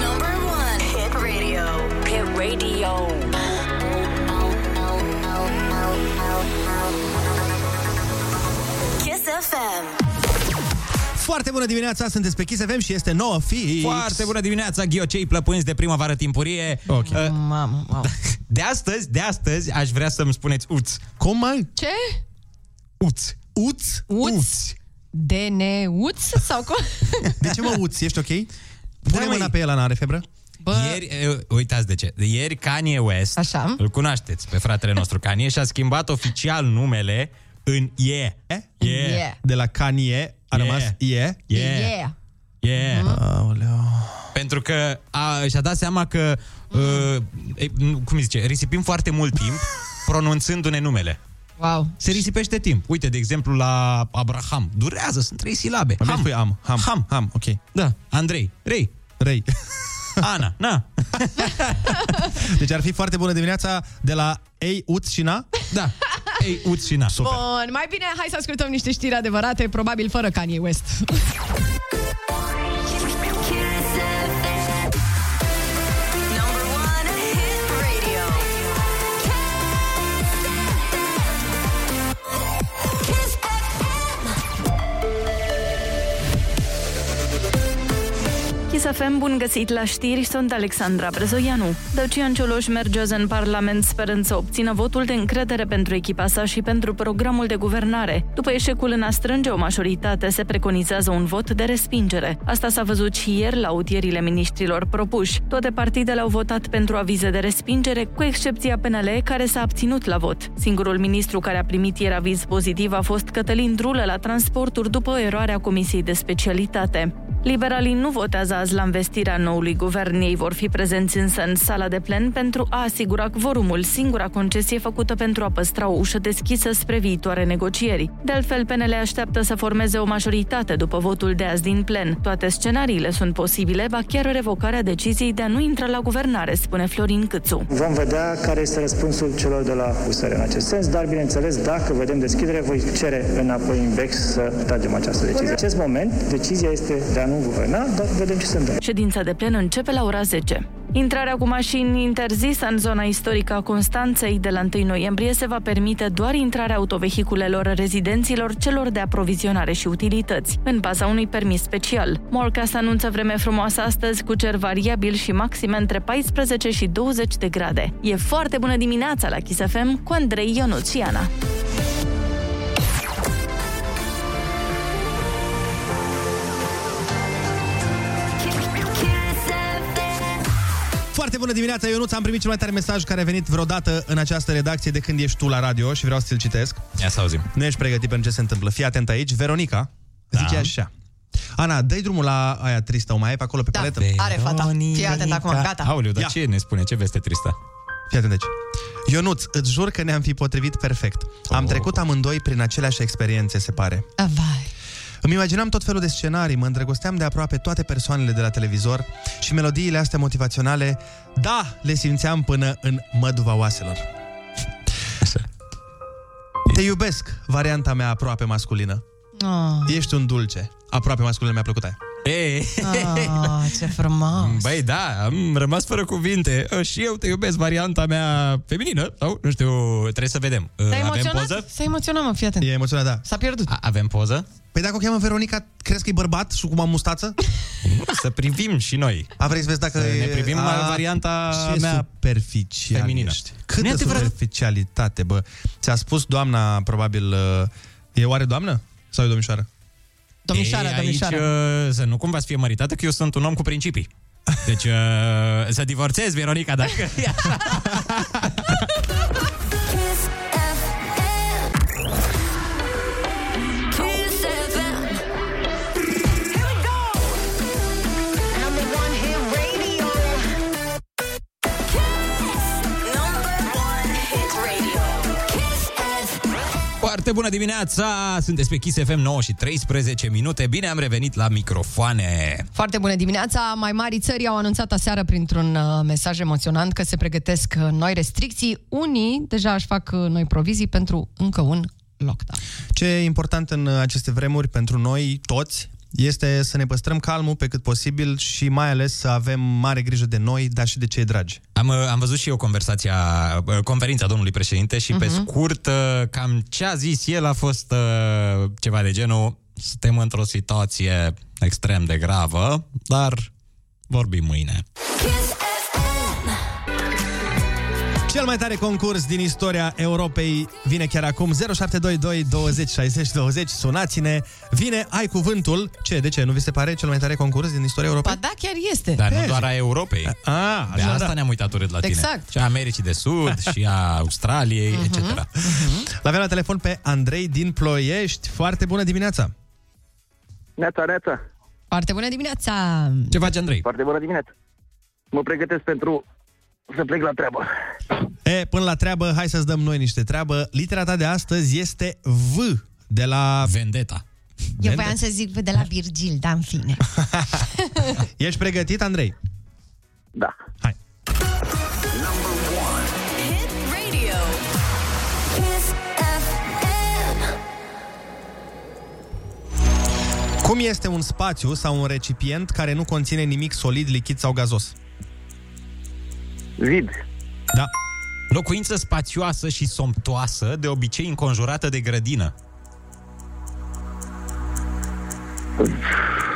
N: Number one hit radio. Hit radio. Kiss FM.
A: Foarte bună dimineața, sunteți pe Kiss FM și este 9 fix.
B: Foarte bună dimineața, ghiocei plăpânzi de primăvară timpurie.
A: Ok.
B: Uh,
C: Mamă, mamă.
B: De astăzi, de astăzi, aș vrea să-mi spuneți uț.
A: Cum mai?
C: Ce?
B: Uț.
A: Uț?
C: Uț? DN-uț? Sau cum?
A: De ce mă uți? Ești ok? Pune
B: măi.
A: mâna pe el, Ana, are febră?
C: Bă,
B: Ieri, e, uitați de ce, ieri Kanye West,
C: Așa.
B: îl cunoașteți pe fratele nostru Kanye, și-a schimbat oficial numele în E.
A: Yeah.
C: Yeah.
A: De la Kanye a
B: Yeah.
A: rămas E.
B: Yeah.
C: Yeah.
B: Yeah. Pentru că a, și-a dat seama că, uh, e, nu, cum îi zice, risipim foarte mult timp pronunțându-ne numele.
C: Wow.
B: Se risipește timp. Uite, de exemplu, la Abraham. Durează, sunt trei silabe.
A: Am spui am, ham,
B: ham,
A: ham, ok.
B: Da. Andrei, Rei,
A: Rei.
B: Ana, na.
A: Deci ar fi foarte bună dimineața de la Ei, Uț și Na.
B: Da. Ei, uți și na.
A: Super.
C: Bun, mai bine hai să ascultăm niște știri adevărate, probabil fără Kanye West.
E: Chisafem, bun găsit la știri, sunt Alexandra Brezoianu. Dacian Cioloș merge azi în Parlament sperând să obțină votul de încredere pentru echipa sa și pentru programul de guvernare. După eșecul în a strânge o majoritate, se preconizează un vot de respingere. Asta s-a văzut și ieri la audierile ministrilor propuși. Toate partidele au votat pentru avize de respingere, cu excepția PNL, care s-a abținut la vot. Singurul ministru care a primit ieri aviz pozitiv a fost Cătălin Drulă la transporturi după eroarea Comisiei de Specialitate. Liberalii nu votează azi la învestirea noului guvern. Ei vor fi prezenți însă în sala de plen pentru a asigura quorumul, singura concesie făcută pentru a păstra o ușă deschisă spre viitoare negocieri. De altfel, PNL așteaptă să formeze o majoritate după votul de azi din plen. Toate scenariile sunt posibile, ba chiar revocarea deciziei de a nu intra la guvernare, spune Florin Câțu.
O: Vom vedea care este răspunsul celor de la USR în acest sens, dar bineînțeles, dacă vedem deschidere, voi cere înapoi în BEX să tragem această decizie. În acest moment, decizia este de a nu guverna, dar vedem ce se întâmplă.
E: Ședința de plen începe la ora 10. Intrarea cu mașini interzisă în zona istorică a Constanței de la 1 noiembrie se va permite doar intrarea autovehiculelor rezidenților, celor de aprovizionare și utilități, în baza unui permis special. Morcast anunță vreme frumoasă astăzi cu cer variabil și maxime între 14 și 20 de grade. E foarte bună dimineața la Kiss FM cu Andrei Ionuțiana.
A: Foarte bună dimineața, Ionuț. Am primit cel mai tare mesaj care a venit vreodată în această redacție de când ești tu la radio și vreau să-l citesc.
B: Ia să auzim.
A: Nu ești pregătit pentru ce se întâmplă. Fii atent aici. Veronica
B: Da.
A: zice așa. Ana, dă-i drumul la aia tristă, o mai ai pe acolo pe
C: Da,
A: paletă?
C: are fata. Fii atent acum, gata.
B: Aoleu, dar
A: Ia.
B: ce ne spune? Ce veste tristă?
A: Fii atent aici. Ionuț, îți jur că ne-am fi potrivit perfect.
B: Oh.
A: Am trecut amândoi prin aceleași experiențe, se pare.
C: Ah, Vai.
A: Îmi imaginam tot felul de scenarii, mă îndrăgosteam de aproape toate persoanele de la televizor și melodiile astea motivaționale, da, le simțeam până în măduva oaselor. Te iubesc, varianta mea aproape masculină.
C: Oh,
A: Ești un dulce. Aproape masculină mi-a plăcut aia.
B: Ei,
C: oh, ce frumos.
B: băi, da, am rămas fără cuvinte. Uh, Și eu te iubesc, varianta mea feminină, sau, nu știu, trebuie să vedem. Uh,
C: S-a
B: Avem
C: emoționat?
B: poză?
C: S-a emoționat, mă, fii atent.
A: E emoționat, da.
C: S-a pierdut.
B: A- avem poză?
A: Păi dacă o cheamă Veronica, crezi că e bărbat și cum am mustață?
B: Să privim și noi.
A: A, vrei să vezi dacă
B: Să
A: e...
B: ne privim la
A: A,
B: varianta
A: Ce
B: mea
A: superficial
B: feminină.
A: ești. Câtă
B: Nu e adevărat.
A: superficialitate, bă. Ți-a spus doamna, probabil... uh, E oare doamnă? Sau e domnișoară?
C: Domnișoara,
B: Ei,
C: domnișoara.
B: Aici, uh, să nu cumva să fie măritată, că eu sunt un om cu principii. Deci, uh, să divorțez, Veronica, dacă... Foarte bună dimineața! Sunteți pe Kiss FM 9 și 13 minute. Bine am revenit la microfoane.
C: Foarte bună dimineața! Mai mari țări au anunțat aseară printr-un uh, mesaj emoționant că se pregătesc uh, noi restricții. Unii deja își fac uh, noi provizii pentru încă un lockdown.
A: Ce e important în uh, aceste vremuri pentru noi toți este să ne păstrăm calmul pe cât posibil și mai ales să avem mare grijă de noi, dar și de cei dragi.
B: Am, uh, am văzut și eu conversația, uh, conferința domnului președinte și uh-huh.
A: Mhm.
B: pe scurt, uh, cam ce a zis el a fost uh, ceva de genul suntem într-o situație extrem de gravă, dar vorbim mâine.
A: Cel mai tare concurs din istoria Europei vine chiar acum 0722 20 60 20 Sunați-ne, vine, ai cuvântul Ce, de ce, nu vi se pare cel mai tare concurs din istoria Europei?
C: Ba da, chiar este.
B: Dar nu doar a Europei.
A: A,
B: de
A: așa,
B: asta
A: da.
B: ne-am uitat urât la tine.
A: Exact.
B: Și a Americii de Sud, și a Australiei, etc.
A: L-avem Mhm. la telefon pe Andrei din Ploiești Foarte bună dimineața!
P: Neața, neața.
C: Foarte bună dimineața!
B: Ce faci, Andrei?
P: Foarte bună dimineața. Mă pregătesc pentru să plec la treabă.
A: E, până la treabă, hai să-ți dăm noi niște treabă Litera ta de astăzi este V de la...
B: Vendeta
Q: Eu voiam să zic de la Virgil, dar în fine.
A: Ești pregătit, Andrei?
P: Da.
N: Radio. Kiss FM.
A: Cum este un spațiu sau un recipient care nu conține nimic solid, lichid sau gazos?
P: Vid.
A: Da.
B: Locuință spațioasă și somptoasă, de obicei înconjurată de grădină.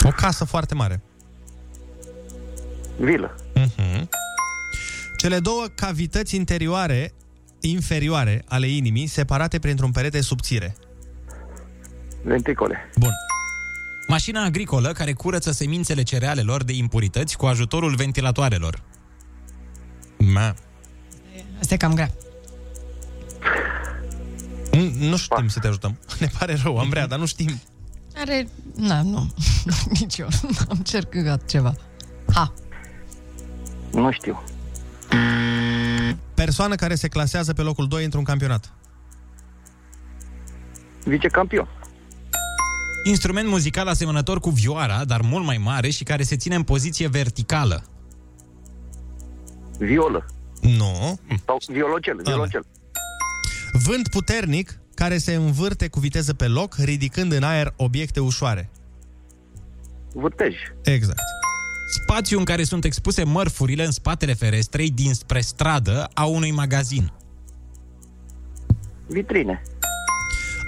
A: O casă foarte mare.
P: Vilă.
A: Mm-hmm. Cele două cavități interioare, inferioare ale inimii, separate printr-un perete subțire.
P: Ventricole.
A: Bun.
B: Mașina agricolă care curăță semințele cerealelor de impurități cu ajutorul ventilatoarelor.
A: Ma.
C: Asta e cam grea.
A: Mm, Nu știm să te ajutăm. Ne pare rău, am vrea, dar nu știm.
C: Are... Na, nu. Nici eu. Am cercat ceva. Ha.
P: Nu știu.
A: Persoană care se clasează pe locul 2 într-un campionat.
P: Vicecampion.
B: Instrument muzical asemănător cu vioara, dar mult mai mare și care se ține în poziție verticală.
P: Violă.
A: Nu.
P: Sau violocel. Violocel.
A: Vânt puternic care se învârte cu viteză pe loc, ridicând în aer obiecte ușoare.
P: Vârtej.
A: Exact.
B: Spațiu în care sunt expuse mărfurile în spatele ferestrei dinspre stradă a unui magazin.
P: Vitrine.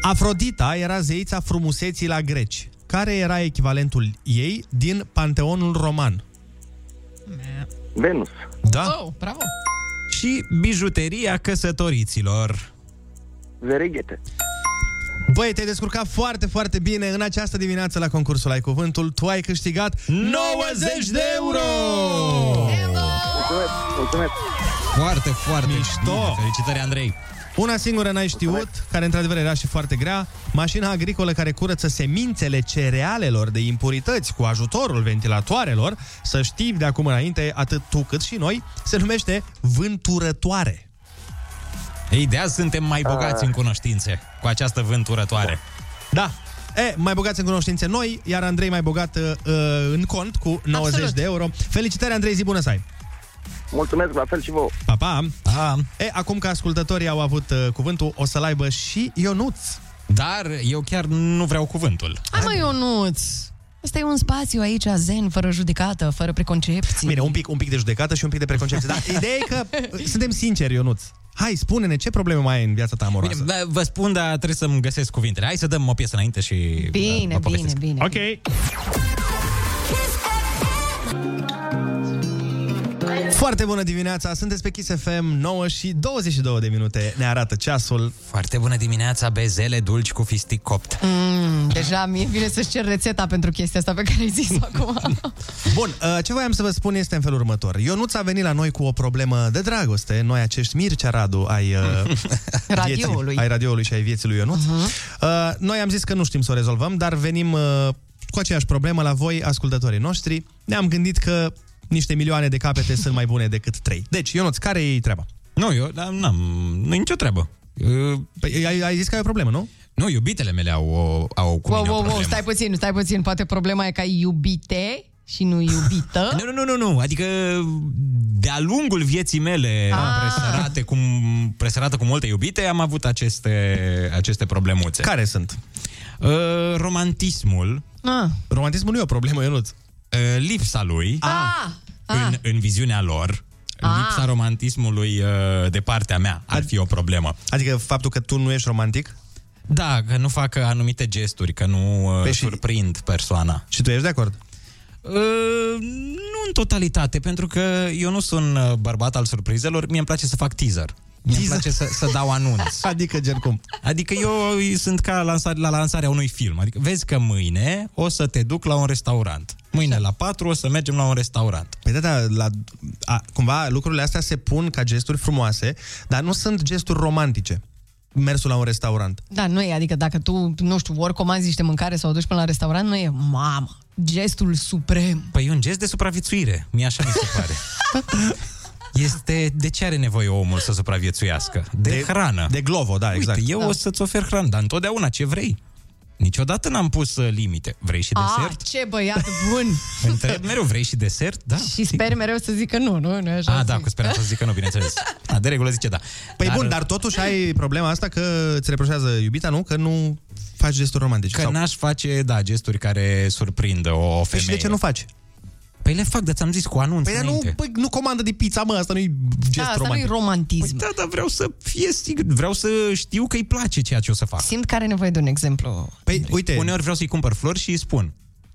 A: Afrodita era zeița frumuseții la greci. Care era echivalentul ei din Panteonul Roman?
P: Venus.
A: Da.
C: Oh, bravo.
B: Și bijuteria căsătoriților.
P: Vereghete.
A: Băi, te-ai descurcat foarte, foarte bine în această dimineață la concursul Ai Cuvântul. Tu ai câștigat 90 de euro!
P: Mulțumesc. Mulțumesc.
B: Foarte, foarte Mișto. bine. Felicitări, Andrei.
A: Una singură n-ai știut, care într-adevăr era și foarte grea, mașina agricolă care curăță semințele cerealelor de impurități cu ajutorul ventilatoarelor, să știi de acum înainte, atât tu cât și noi, se numește vânturătoare.
B: Ei, de azi suntem mai
P: Ah.
B: bogați în cunoștințe cu această vânturătoare.
A: Da. E, mai bogați în cunoștințe noi, iar Andrei mai bogat uh, în cont cu 90 Absolut. de euro. Felicitări, Andrei, zi bună să ai!
P: Mulțumesc, la fel și vouă.
A: Pa, pa!
B: pa.
A: E, acum că ascultătorii au avut uh, cuvântul, o să-l aibă și Ionuț.
B: Dar eu chiar nu vreau cuvântul.
C: Hai mă, Ionuț! Asta e un spațiu aici, zen, fără judecată, fără preconcepții.
A: Bine, un pic, un pic de judecată și un pic de preconcepție. Dar ideea e că uh, suntem sinceri, Ionuț. Hai, spune-ne ce probleme mai ai în viața ta amoroasă.
B: Bine, bă, vă spun, dar trebuie să-mi găsesc cuvintele. Hai să dăm o piesă înainte și bă,
C: Bine,
B: vă
C: bine,
B: povestesc.
C: bine.
A: Ok. Foarte bună dimineața, sunteți pe Kiss FM 9 și 22 de minute Ne arată ceasul
B: Foarte bună dimineața, bezele dulci cu fistic copt.
C: Mm, deja mi-e bine să-și cer rețeta pentru chestia asta pe care ai zis-o acum.
A: Bun, uh, ce voiam să vă spun este în felul următor Ionuț a venit la noi cu o problemă de dragoste Noi acești Mircea Radu ai, uh, vieții-
C: Radioului.
A: ai radioului și ai vieții lui Ionuț uh-huh. uh, Noi am zis că nu știm să o rezolvăm Dar venim uh, cu aceeași problemă la voi, ascultătorii noștri Ne-am gândit că niște milioane de capete sunt mai bune decât trei Deci, Ionuț, care e treaba?
B: Nu, eu dar n-am, nu nicio treabă.
A: Păi, ai, ai zis că ai o problemă, nu?
B: Nu, iubitele mele au, o- au cu
C: Wow,
B: mine o
C: wow, wow,
B: problemă.
C: stai puțin, stai puțin. Poate problema e că ai iubite și nu iubită.
B: Nu, nu, nu, nu, nu. Adică de-a lungul vieții mele
C: Ah.
B: presărate cu, presărată cu multe iubite, am avut aceste, aceste problemuțe.
A: Care sunt?
B: Uh, romantismul,
C: Ah.
A: Romantismul nu e o problemă, Ionuț
B: uh, lipsa lui
C: Ah.
B: în,
C: Ah.
B: în viziunea lor,
C: Ah.
B: lipsa romantismului uh, de partea mea ar fi o problemă.
A: Adică faptul că tu nu ești romantic?
B: Da, că nu fac uh, anumite gesturi, că nu uh,
A: Păi și-
B: surprind persoana.
A: Și tu ești de acord?
B: Uh, Ă, nu în totalitate, pentru că eu nu sunt uh, bărbat al surprizelor, mie îmi place să fac teaser. Mie îmi place să, să dau anunț.
A: Adică, gen cum?
B: Adică eu sunt ca lansare, la lansarea unui film. Adică vezi că mâine o să te duc la un restaurant. Mâine la 4 o să mergem la un restaurant.
A: Păi da, da, la, a, cumva lucrurile astea se pun ca gesturi frumoase, dar nu sunt gesturi romantice. Mersul la un restaurant.
C: Da, nu e, adică dacă tu, nu știu, ori comanzi niște mâncare sau o duci până la restaurant, nu e, mamă, gestul suprem.
B: Păi e un gest de supraviețuire. Mie așa mi se pare. Este de ce are nevoie omul să supraviețuiască? De, de hrană.
A: De glovo, da,
B: exact. Uite, eu da. o să-ți ofer hrană, dar întotdeauna ce vrei. Niciodată n-am pus uh, limite. Vrei și
C: Ah,
B: desert?
C: ce băiat bun!
B: Întreb mereu, vrei și desert? Da.
C: Și sper mereu să zică nu, nu, nu e așa.
B: A, da, cu speranța să zică nu, bineînțeles. A, de regulă zice da.
A: Păi dar... bun, dar totuși ai problema asta că îți reproșează iubita, nu? Că nu faci gesturi romantice.
B: Că n-aș face, da, gesturi care surprindă o femeie.
A: și de ce nu faci?
B: Păi le fac, dar ți-am zis cu anunț
A: Păi, dar nu,
B: înainte.
A: păi, nu comandă de pizza, mă, asta nu-i gest
C: Da, asta nu-i
A: romantic.
C: romantism.
B: Păi da, dar vreau să fie sigur, vreau să știu că îi place ceea ce o să fac.
C: Simt că are nevoie de un exemplu.
A: Păi, uite.
B: Uneori vreau să-i cumpăr flori și îi spun.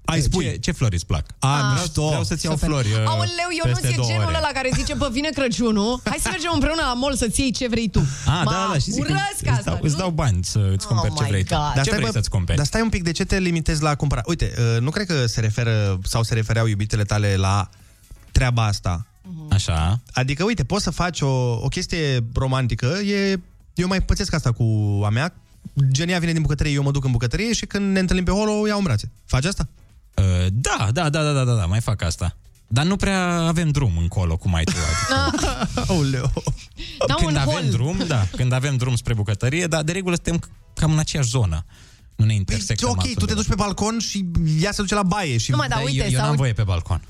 B: Ai spui. Ce, ce flori îți plac?
A: A,
B: A,
A: mișto.
B: vreau, vreau să-ți iau
A: Super.
B: flori. uh,
C: Aoleu, eu nu
B: peste
C: ți
B: două
C: genul
B: ore.
C: ăla care zice, bă, vine Crăciunul, hai să mergem împreună la mall să-ți iei ce vrei tu.
B: A,
C: Mă
B: da, da, da, și zic,
C: urăsc
B: îți, îți, dau,
C: asta.
B: îți dau bani să îți cumperi
C: Oh
B: ce
C: my
B: vrei
C: God.
B: tu. Ce vrei să-ți cumperi?
A: Dar stai un pic, de ce te limitezi la a cumpăra? Uite, uh, nu cred că se referă sau se refereau iubitele tale la treaba asta.
B: Mhm. Așa.
A: Adică, uite, poți să faci o, o chestie romantică, e, eu mai pățesc asta cu a mea, Genia vine din bucătărie, eu mă duc în bucătărie și când ne întâlnim pe hol, o iau în brațe. Faci asta?
B: Uh, Da, da, da, da, da, da, da, mai fac asta. Dar nu prea avem drum încolo, cum ai tu. Adică.
A: Aoleu.
C: Da,
B: când
C: un
B: avem
C: hol.
B: drum, da, când avem drum spre bucătărie, dar de regulă suntem cam în aceeași zonă. Nu ne intersectăm
A: Păi, ok, tu
B: altundeva.
A: te duci pe balcon și ea se duce la baie și...
C: Nu, mă, da, uite,
B: eu, eu
C: sau-
B: n-am voie pe balcon.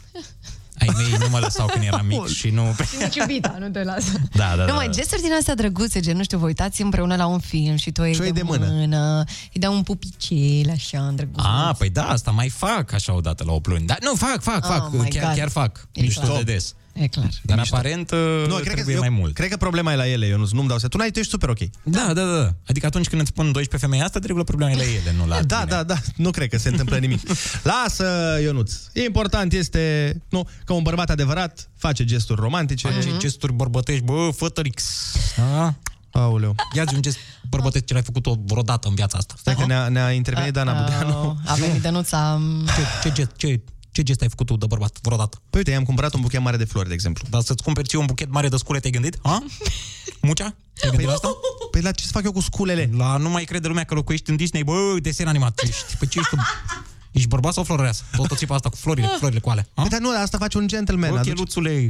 B: Ai mei nu mă lăsau când eram mic și nu...
C: Nici iubita, nu te lasă.
B: Da, da, da.
C: nu, mai gesturi din astea drăguțe, gen, nu știu, vă uitați împreună la un film și tu îi
B: Și o
C: dai
B: iei
C: de
B: de mână.
C: mână, îi dai un pupicel, așa, drăguț.
B: A, păi da, asta mai fac așa odată la 8 luni. Dar nu, fac, fac,
C: Oh
B: fac,
C: my
B: chiar,
C: God.
B: chiar fac.
C: E
B: Mișto
C: clar.
B: de des.
C: E clar.
B: Dar aparent nu, cred trebuie
A: eu,
B: mai mult.
A: Cred că problema e la ele, eu nu, nu-mi dau să. Tu n-ai, tu ești super ok.
B: Da, da, da. Adică atunci când îți spun 12 femei asta, de regulă problema e la ele, nu la
A: Da, da, da, nu cred că se întâmplă nimic. Lasă, Ionuț. Important este, nu, că un bărbat adevărat face gesturi romantice. Mhm.
B: Face gesturi bărbătești, bă, fătărix. Ah.
A: Aoleu.
B: Ia-ți un gest bărbătesc ce l-ai făcut-o vreodată în viața asta.
A: Stai că ne-a, ne-a intervenit Dana Budeanu.
C: Oh, A venit Dănuța...
B: Ce, ce, gest, ce, ce gest ai făcut tu de bărbat vreodată?
A: Păi uite, i-am cumpărat un buchet mare de flori, de exemplu.
B: Dar să-ți cumperi ție un buchet mare de scule, te-ai gândit? Ha? Mucea? Te-ai gândit la asta?
A: Păi la ce să fac eu cu sculele?
B: La nu mai crede lumea că locuiești în Disney, bă, desen animat ești. Păi ce ești tu? Ești bărbat sau flororeasă? Tot o țipă asta cu florile, cu florile cu alea. Ha?
A: Păi, dar nu, asta face un gentleman.
B: Bă,
A: aduce-
B: cheluțule,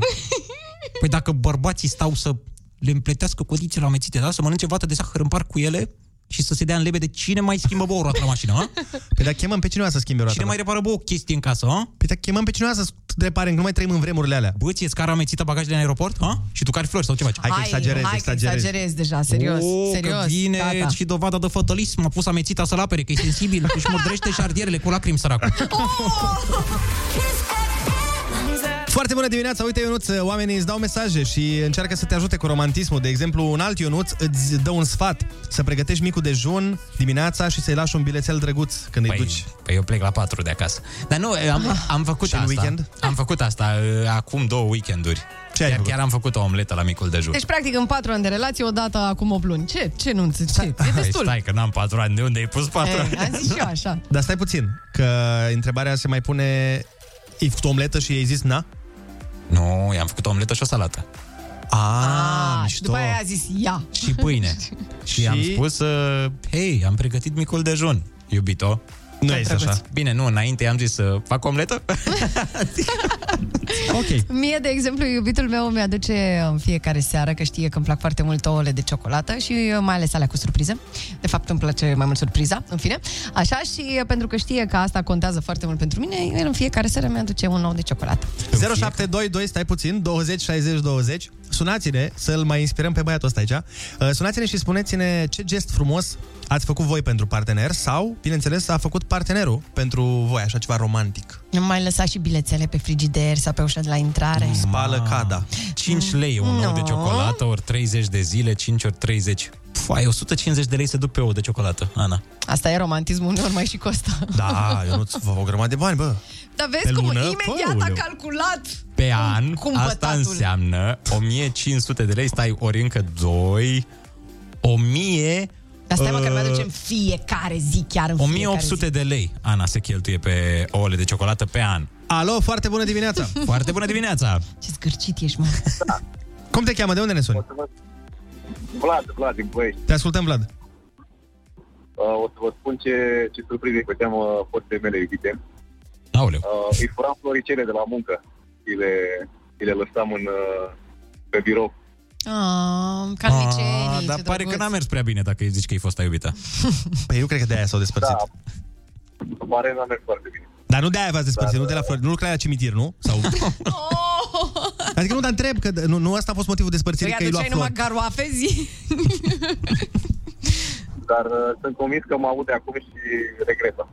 B: păi dacă bărbații stau să le împletească codițele amețite, da? Să mănânce vată de zahăr în parc cu ele și să se dea în lebe de cine mai schimbă bă o roată la mașină, ha?
A: Păi dar chemăm pe cineva să schimbe roata.
B: Cine mai repară bă o chestie în casă, ha?
A: Păi dar chemăm pe cineva să repare, nu mai trăim în vremurile alea.
B: Bă, ție scara amețită bagajele în aeroport, ha? Și tu cari flori sau ce faci?
A: Hai că exagerez,
C: hai că
A: exagerez.
C: exagerez deja, serios.
B: O,
C: serios,
B: Oh, că vine
C: gata.
B: și dovada de fătălism. A pus amețita să-l apere, că e sensibil, își murdrește șardierele cu lacrimi săracul.
C: Oh!
A: Foarte bună dimineața! Uite, Ionuț, oamenii îți dau mesaje și încearcă să te ajute cu romantismul. De exemplu, un alt Ionuț îți dă un sfat să pregătești micul dejun dimineața și să-i lași un bilețel drăguț când păi, îi duci.
B: Păi eu plec la 4 de acasă. Dar nu, am, am făcut
A: Ah. Și în
B: asta.
A: weekend?
B: Am făcut asta uh, acum două weekenduri.
A: Ce ai
B: chiar,
A: făcut?
B: chiar am făcut o omletă la micul dejun.
C: Deci, practic, în patru ani de relație, odată acum 8 luni. Ce? Ce nu înțe- ce? E
B: Hai,
C: destul.
B: stai că n-am patru ani, de unde ai pus patru ani?
C: E, am zis și eu așa.
A: Dar stai puțin, că întrebarea se mai pune... Ai făcut o omletă și i-ai zis na?
B: Nu, i-am făcut o omletă și o salată.
A: A,
C: Ah, și după aia a zis ea.
B: Ah, Și pâine. și,
A: Și?
B: am spus, uh, hei, am pregătit micul dejun, iubito.
A: Nu este așa.
B: Bine, nu, înainte i-am zis să fac omletă.
A: Ok.
C: Mie, de exemplu, iubitul meu mi-aduce în fiecare seară, că știe că îmi plac foarte mult ouăle de ciocolată și mai ales alea cu surpriză. De fapt, îmi place mai mult surpriza, în fine. Așa și pentru că știe că asta contează foarte mult pentru mine, el în fiecare seară mi-aduce un ou de ciocolată.
A: 0722, stai puțin, 20 60 20. Sunați-ne să-l mai inspirăm pe băiatul ăsta aici. Uh, Sunați-ne și spuneți-ne ce gest frumos ați făcut voi pentru partener sau, bineînțeles, a făcut partenerul pentru voi, așa ceva romantic.
C: Îmi mai lăsa și bilețele pe frigider sau pe ușa de la intrare.
B: Mm.
A: Spală cada.
B: 5 lei un ou de
C: No.
B: ciocolată ori 30 de zile, 5 ori 30. Fai, 150 de lei se duc pe ouă de ciocolată, Ana.
C: Asta e romantismul, uneori mai și costă.
A: Da, eu nu-ți vă o grămadă de bani, bă.
C: Dar
B: Pe
C: vezi cum
B: lună,
A: Păi,
C: imediat
B: păuleu.
C: a calculat.
B: Pe an, asta
C: cumpătatul.
B: înseamnă 1500 de lei, stai ori încă 2, 1000...
C: Dar stai mă că
B: uh,
C: ne
A: Ă.
C: aducem fiecare zi, chiar în fiecare zi.
B: 1800 de lei, Ana, se cheltuie pe ouăle de ciocolată pe an.
A: Alo, foarte bună dimineața!
B: Foarte bună dimineața!
C: Ce zgârcit ești, mă.
I: Da.
A: Cum te cheamă? De unde ne suni?
I: Vlad, Vlad din Ploiești.
A: Te ascultăm, Vlad.
I: Uh, o să vă spun ce, ce surprize făceam uh, fostele mele iubite.
B: Aoleu.
I: Uh, îi furam floricele de la muncă și le, și le lăsam în, uh, pe birou.
C: Ah, Carnicenii, ce
B: dar pare
C: drăguț.
B: că n-a mers prea bine dacă îi zici că e fosta iubită.
A: Păi eu cred că de-aia s-au despărțit.
I: Da. Pare n-a mers foarte bine. uh,
A: Dar nu de-aia v-ați despărțit, nu de la flori, nu lucrai la cimitir, nu? Sau...
C: Oh!
A: Adică nu, dar întreb, că nu, nu asta a fost motivul
C: Îi
A: despărțirii, că îi lua
C: aduceai Păi numai
A: flori.
C: garoafe zi?
I: Dar uh, sunt convins că mă aude acum și regretă.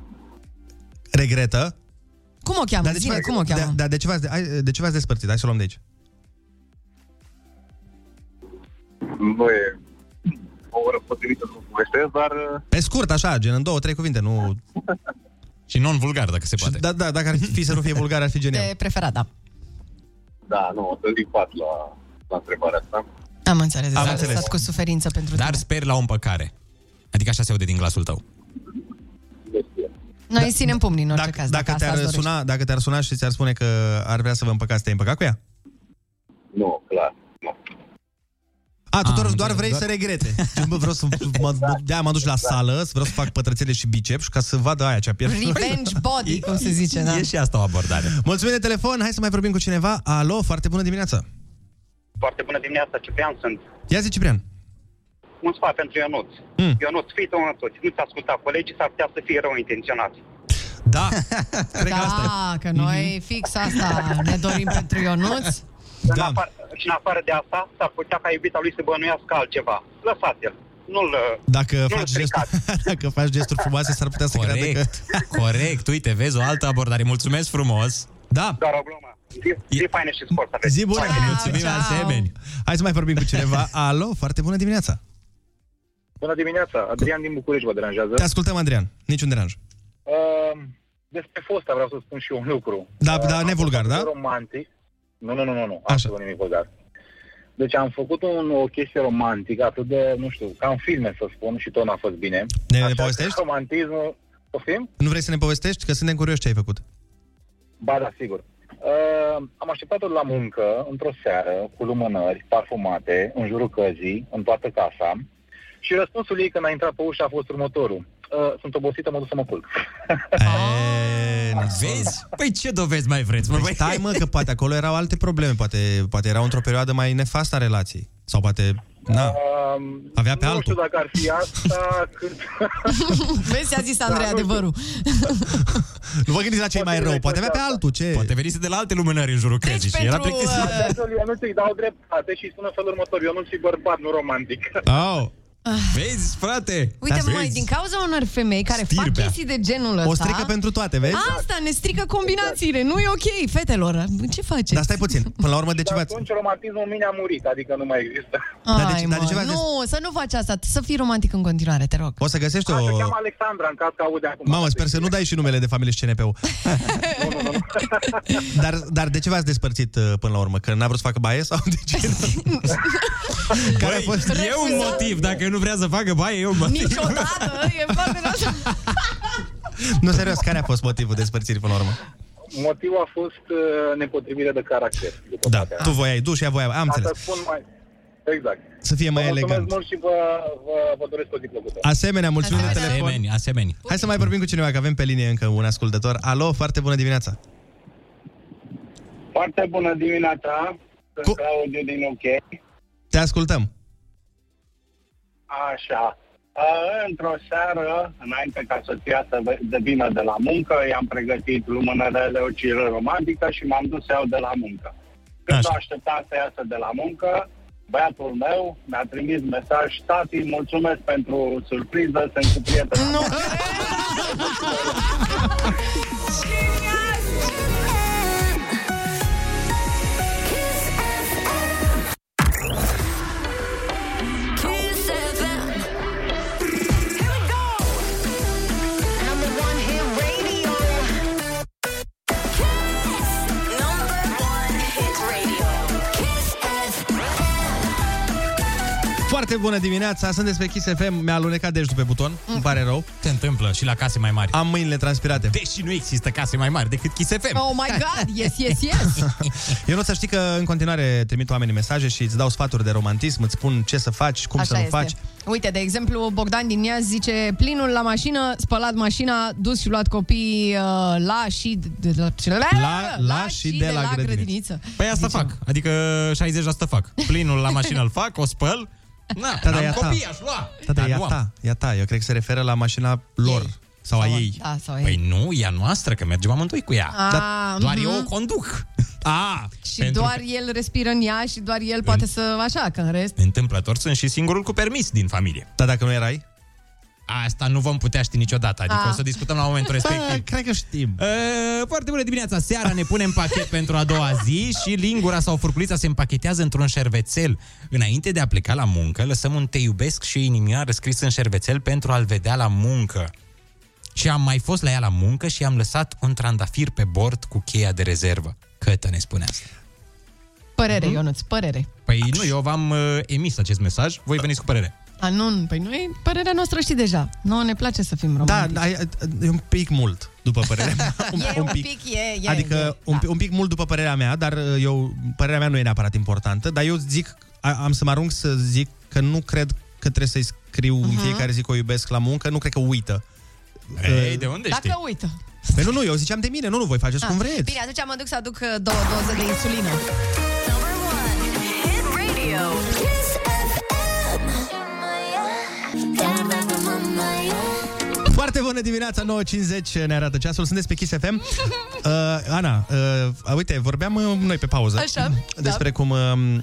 A: Regretă.
C: Cum o cheamă?
A: de ce
C: Zine,
A: v-ați-
C: cum o cheamă?
A: Da, dar de ce v-ați, hai, de ce v-ați despărțit? Hai să o luăm de aici.
I: Nu e o oră potrivită să vă povestesc, dar uh,
A: Pe scurt, așa, gen în două, trei cuvinte, nu...
B: Și non-vulgar, dacă se
A: poate. Da, da, dacă ar fi să nu fie vulgar, ar fi genial.
C: De preferat, da.
I: da, nu, o să zic pat la, la întrebarea asta.
C: Am înțeles.
B: Am
C: Am
B: înțeles.
C: înțeles. cu suferință pentru
A: Da.
B: Dar sper la o împăcare. Adică așa se aude din glasul tău.
C: Noi îi ținem pumnii în orice caz.
A: Da. Dacă
C: asta
A: te-ar
C: îți dorești.
A: suna, dacă te-ar suna și ți-ar spune că ar vrea să vă împăcați, te-ai împăcat cu ea?
I: Nu, clar, nu.
A: A, tu
B: Am
A: Ah, doar, doar
B: înțeles,
A: vrei
B: doar-
A: să regrete. Gen, Bă, vreau să
B: Exact.
A: mă, mă, de-aia mă duc la sală, vreau să fac pătrățele și biceps ca să vadă aia ce a pierdut.
C: Revenge body, cum se zice, da.
B: E și asta o abordare.
A: Mulțumim de telefon, hai să mai vorbim cu cineva. Alo, foarte bună dimineața.
R: Foarte bună dimineața, Ciprian sunt.
A: Ia zi, Ciprian.
R: Un sfat pentru Ionuț.
A: Mm.
R: Ionuț, fii tu însuți, nu-ți asculta colegii, s-ar putea să fie rău intenționați.
A: Da,
C: da, că noi
A: Mhm.
C: fix asta ne dorim pentru Ionuț.
R: Da. În afară, și în afară de asta, s-ar putea ca iubita lui să bănuiască altceva. Lăsați-l. Nu-l...
A: Dacă
R: nu-l
A: faci, gesturi, dacă faci gesturi frumoase, s-ar putea să creadă că...
B: Corect, corect. Uite, vezi o altă abordare. Mulțumesc frumos.
A: Da.
R: Doar o glumă. Zi, zi faină și sport să aveți.
A: Zi bună,
R: Hai.
A: că mulțumim asemeni. Hai să mai vorbim cu cineva. Alo, foarte bună dimineața.
I: Bună dimineața, Adrian din București vă deranjează.
A: Te ascultăm, Adrian. Niciun deranj. Da,
I: Uh, despre fosta vreau să spun și eu un lucru.
A: Da,
I: Uh,
A: da,
I: am
A: nevulgar,
I: fost
A: da?
I: Romantic. Nu, nu, nu, nu, nu. Absolut nimic vulgar. Deci am făcut un, o chestie romantică, atât de, nu știu, ca în filme să spun și tot n-a fost bine.
A: Ne- ne
I: Așa că
A: povestești?
I: Romantismul, poftim?
A: Nu vrei să ne povestești? Că suntem curioși ce ai făcut.
I: Ba da, sigur. Uh, am așteptat-o la muncă, într-o seară, cu lumânări, parfumate, în jurul căzii, în toată casa. Și răspunsul ei când a intrat pe ușă a fost următorul. Uh, sunt obosită, mă duc să mă culc.
B: Vezi? Păi ce dovezi mai vreți? Mă,
A: Păi stai, mă, că poate acolo erau alte probleme. Poate, poate erau într-o perioadă mai nefastă a relației. Sau poate... Na.
I: Um,
A: Avea pe
I: nu
A: altul.
I: știu dacă ar fi asta când...
C: Vezi, a zis
A: Da,
C: Andrei adevărul.
A: Nu vă gândiți la ce e mai rău. Poate avea pe altul. Ce?
B: Poate venise de la alte lumânări în jurul crezii
A: Deci
B: și era
C: Deci pentru,
B: plictisit.
C: uh,
I: Eu Deci, nu ți dau dreptate și sună felul următor. Eu nu sunt bărbat, nu romantic.
A: Au.
B: Vezi, frate?
C: Ah. Uite,
B: Vezi?
C: mai din cauza unor femei care fac
B: Stirbea.
C: chestii de genul ăsta...
A: O strică pentru toate, vezi?
I: Ah,
C: Asta ne strică combinațiile, nu e ok, fetelor. Ce faceți?
A: Dar stai puțin. Până la urmă, de ce
I: Și
A: v-ați...
I: atunci romantismul în mine a murit, adică nu mai există.
A: Dar de ce,
C: Ai,
A: dar de ce
C: mă,
A: v-ați... des-
C: Nu, să nu faci asta, să fii romantic în continuare, te rog.
A: O să găsești
I: Așa
A: o...
I: cheamă Alexandra, în caz că aude acum.
A: Mamă, sper să nu dai și numele de familie și CNP-ul. dar, dar de ce v-ați despărțit uh, până la urmă? Că n-a vrut să facă baie sau de ce? Care a
B: Băi,
A: fost?
B: e un motiv. Dacă nu vrea să facă baie, e un motiv.
C: Niciodată e foarte nasol.
A: Nu, serios, care a fost motivul despărțirii până la urmă?
I: Motivul a fost uh, nepotrivire de caracter. După
A: Da,
I: părerea
A: tu
I: mea.
A: voiai duș, ea voia...
B: Da,
A: Am
I: Asta
A: înțeles.
I: spun mai... Exact.
A: Să fie mai
I: Vă
A: elegant.
I: Mulțumesc mult și vă, vă, vă doresc o zi plăcută.
A: Asemenea, mulțumim de
B: da. Asemenea.
A: telefon.
B: Asemeni, asemeni.
A: Hai să mai vorbim cu cineva, că avem pe linie încă un ascultător. Alo, foarte bună dimineața.
S: Foarte bună dimineața, sunt
A: Cu-
S: Claudiu din UK.
A: Te ascultăm.
S: Așa. A, Într-o seară, înainte ca soția să ve- devină de la muncă, i-am pregătit lumânărele o ciră romantică și m-am dus eu de la muncă. Când Așa. o aștepta să iasă de la muncă, băiatul meu mi-a trimis mesaj, tati, mulțumesc pentru surpriză, sunt cu prietena. Nu.
N: Kiss FM.
A: Foarte bună dimineața, sunt pe Kiss FM, mi-a alunecat deci pe buton, mm. îmi pare rău.
B: Se întâmplă și la case mai mari.
A: Am mâinile transpirate.
B: Deși nu există case mai mari decât Kiss FM.
C: Oh my god, yes, yes, yes.
A: Eu nu să știi că în continuare trimit oamenii mesaje și îți dau sfaturi de romantism, îți spun ce să faci, cum să nu faci.
C: Uite, de exemplu, Bogdan din Iași zice plinul la mașină, spălat mașina, dus și luat copii uh, la și de, de, de, la,
B: la, la și de, la, la grădiniță. Păi asta
C: Zicem.
B: fac, adică 60% fac. Plinul la mașină îl fac, o spăl, na,
A: Tata,
B: am
A: ia ta.
B: copii, aș lua.
A: Tata,
B: Dar
A: ia
B: nu am.
A: ta, ia ta, eu cred că se referă la mașina lor. Sau, a ei.
C: Da, sau
B: Păi nu, e a noastră, că mergem amândoi cu ea.
C: Ah,
B: Dar doar
C: mhm.
B: eu o conduc. Ah, A,
C: Și doar el respiră în ea și doar el poate să... Așa, că în rest...
B: Întâmplător sunt și singurul cu permis din familie.
A: Dar dacă nu erai?
B: Asta nu vom putea ști niciodată, adică
A: Ah.
B: o să discutăm la momentul respectiv.
A: Cred că știi.
B: Uh, foarte bună dimineața! Seara ne punem pachet pentru a doua zi și lingura sau furculița se împachetează într-un șervețel. Înainte de a pleca la muncă, lăsăm un te iubesc și inimioară scris în șervețel pentru a-l vedea la muncă. Și am mai fost la ea la muncă și am lăsat un trandafir pe bord cu cheia de rezervă. Cătă ne spune asta.
C: Părere, Ionuț, părere.
B: Păi nu, eu v-am uh, emis acest mesaj, voi veniți cu părere.
C: A, nu, păi noi, părerea noastră știi deja. Nu ne place să fim
A: Da,
C: romantici.
A: ai- e un pic mult, după părerea mea.
C: E un pic, e- e-
A: adică
C: e,
A: un, da. un pic mult după părerea mea, dar uh, eu părerea mea nu e neapărat importantă, dar eu zic a- am să mă arunc să zic că nu cred că trebuie să-i scriu uh-huh. în
C: Mhm.
A: fiecare zi că o iubesc la muncă, nu cred că uită. Uh,
B: Ei, de unde
C: Dacă uită.
A: Păi nu, nu, eu ziceam de mine, nu, nu, voi faceți cum
C: Ah,
A: vreți.
C: Bine, atunci mă duc să aduc uh, două doze de insulină.
A: Foarte bună dimineața, 9.50 ne arată ceasul, sunteți pe Kiss FM. Uh, Ana, uh, uite, vorbeam uh, noi pe pauză
C: Așa,
A: despre
C: da.
A: cum... Uh,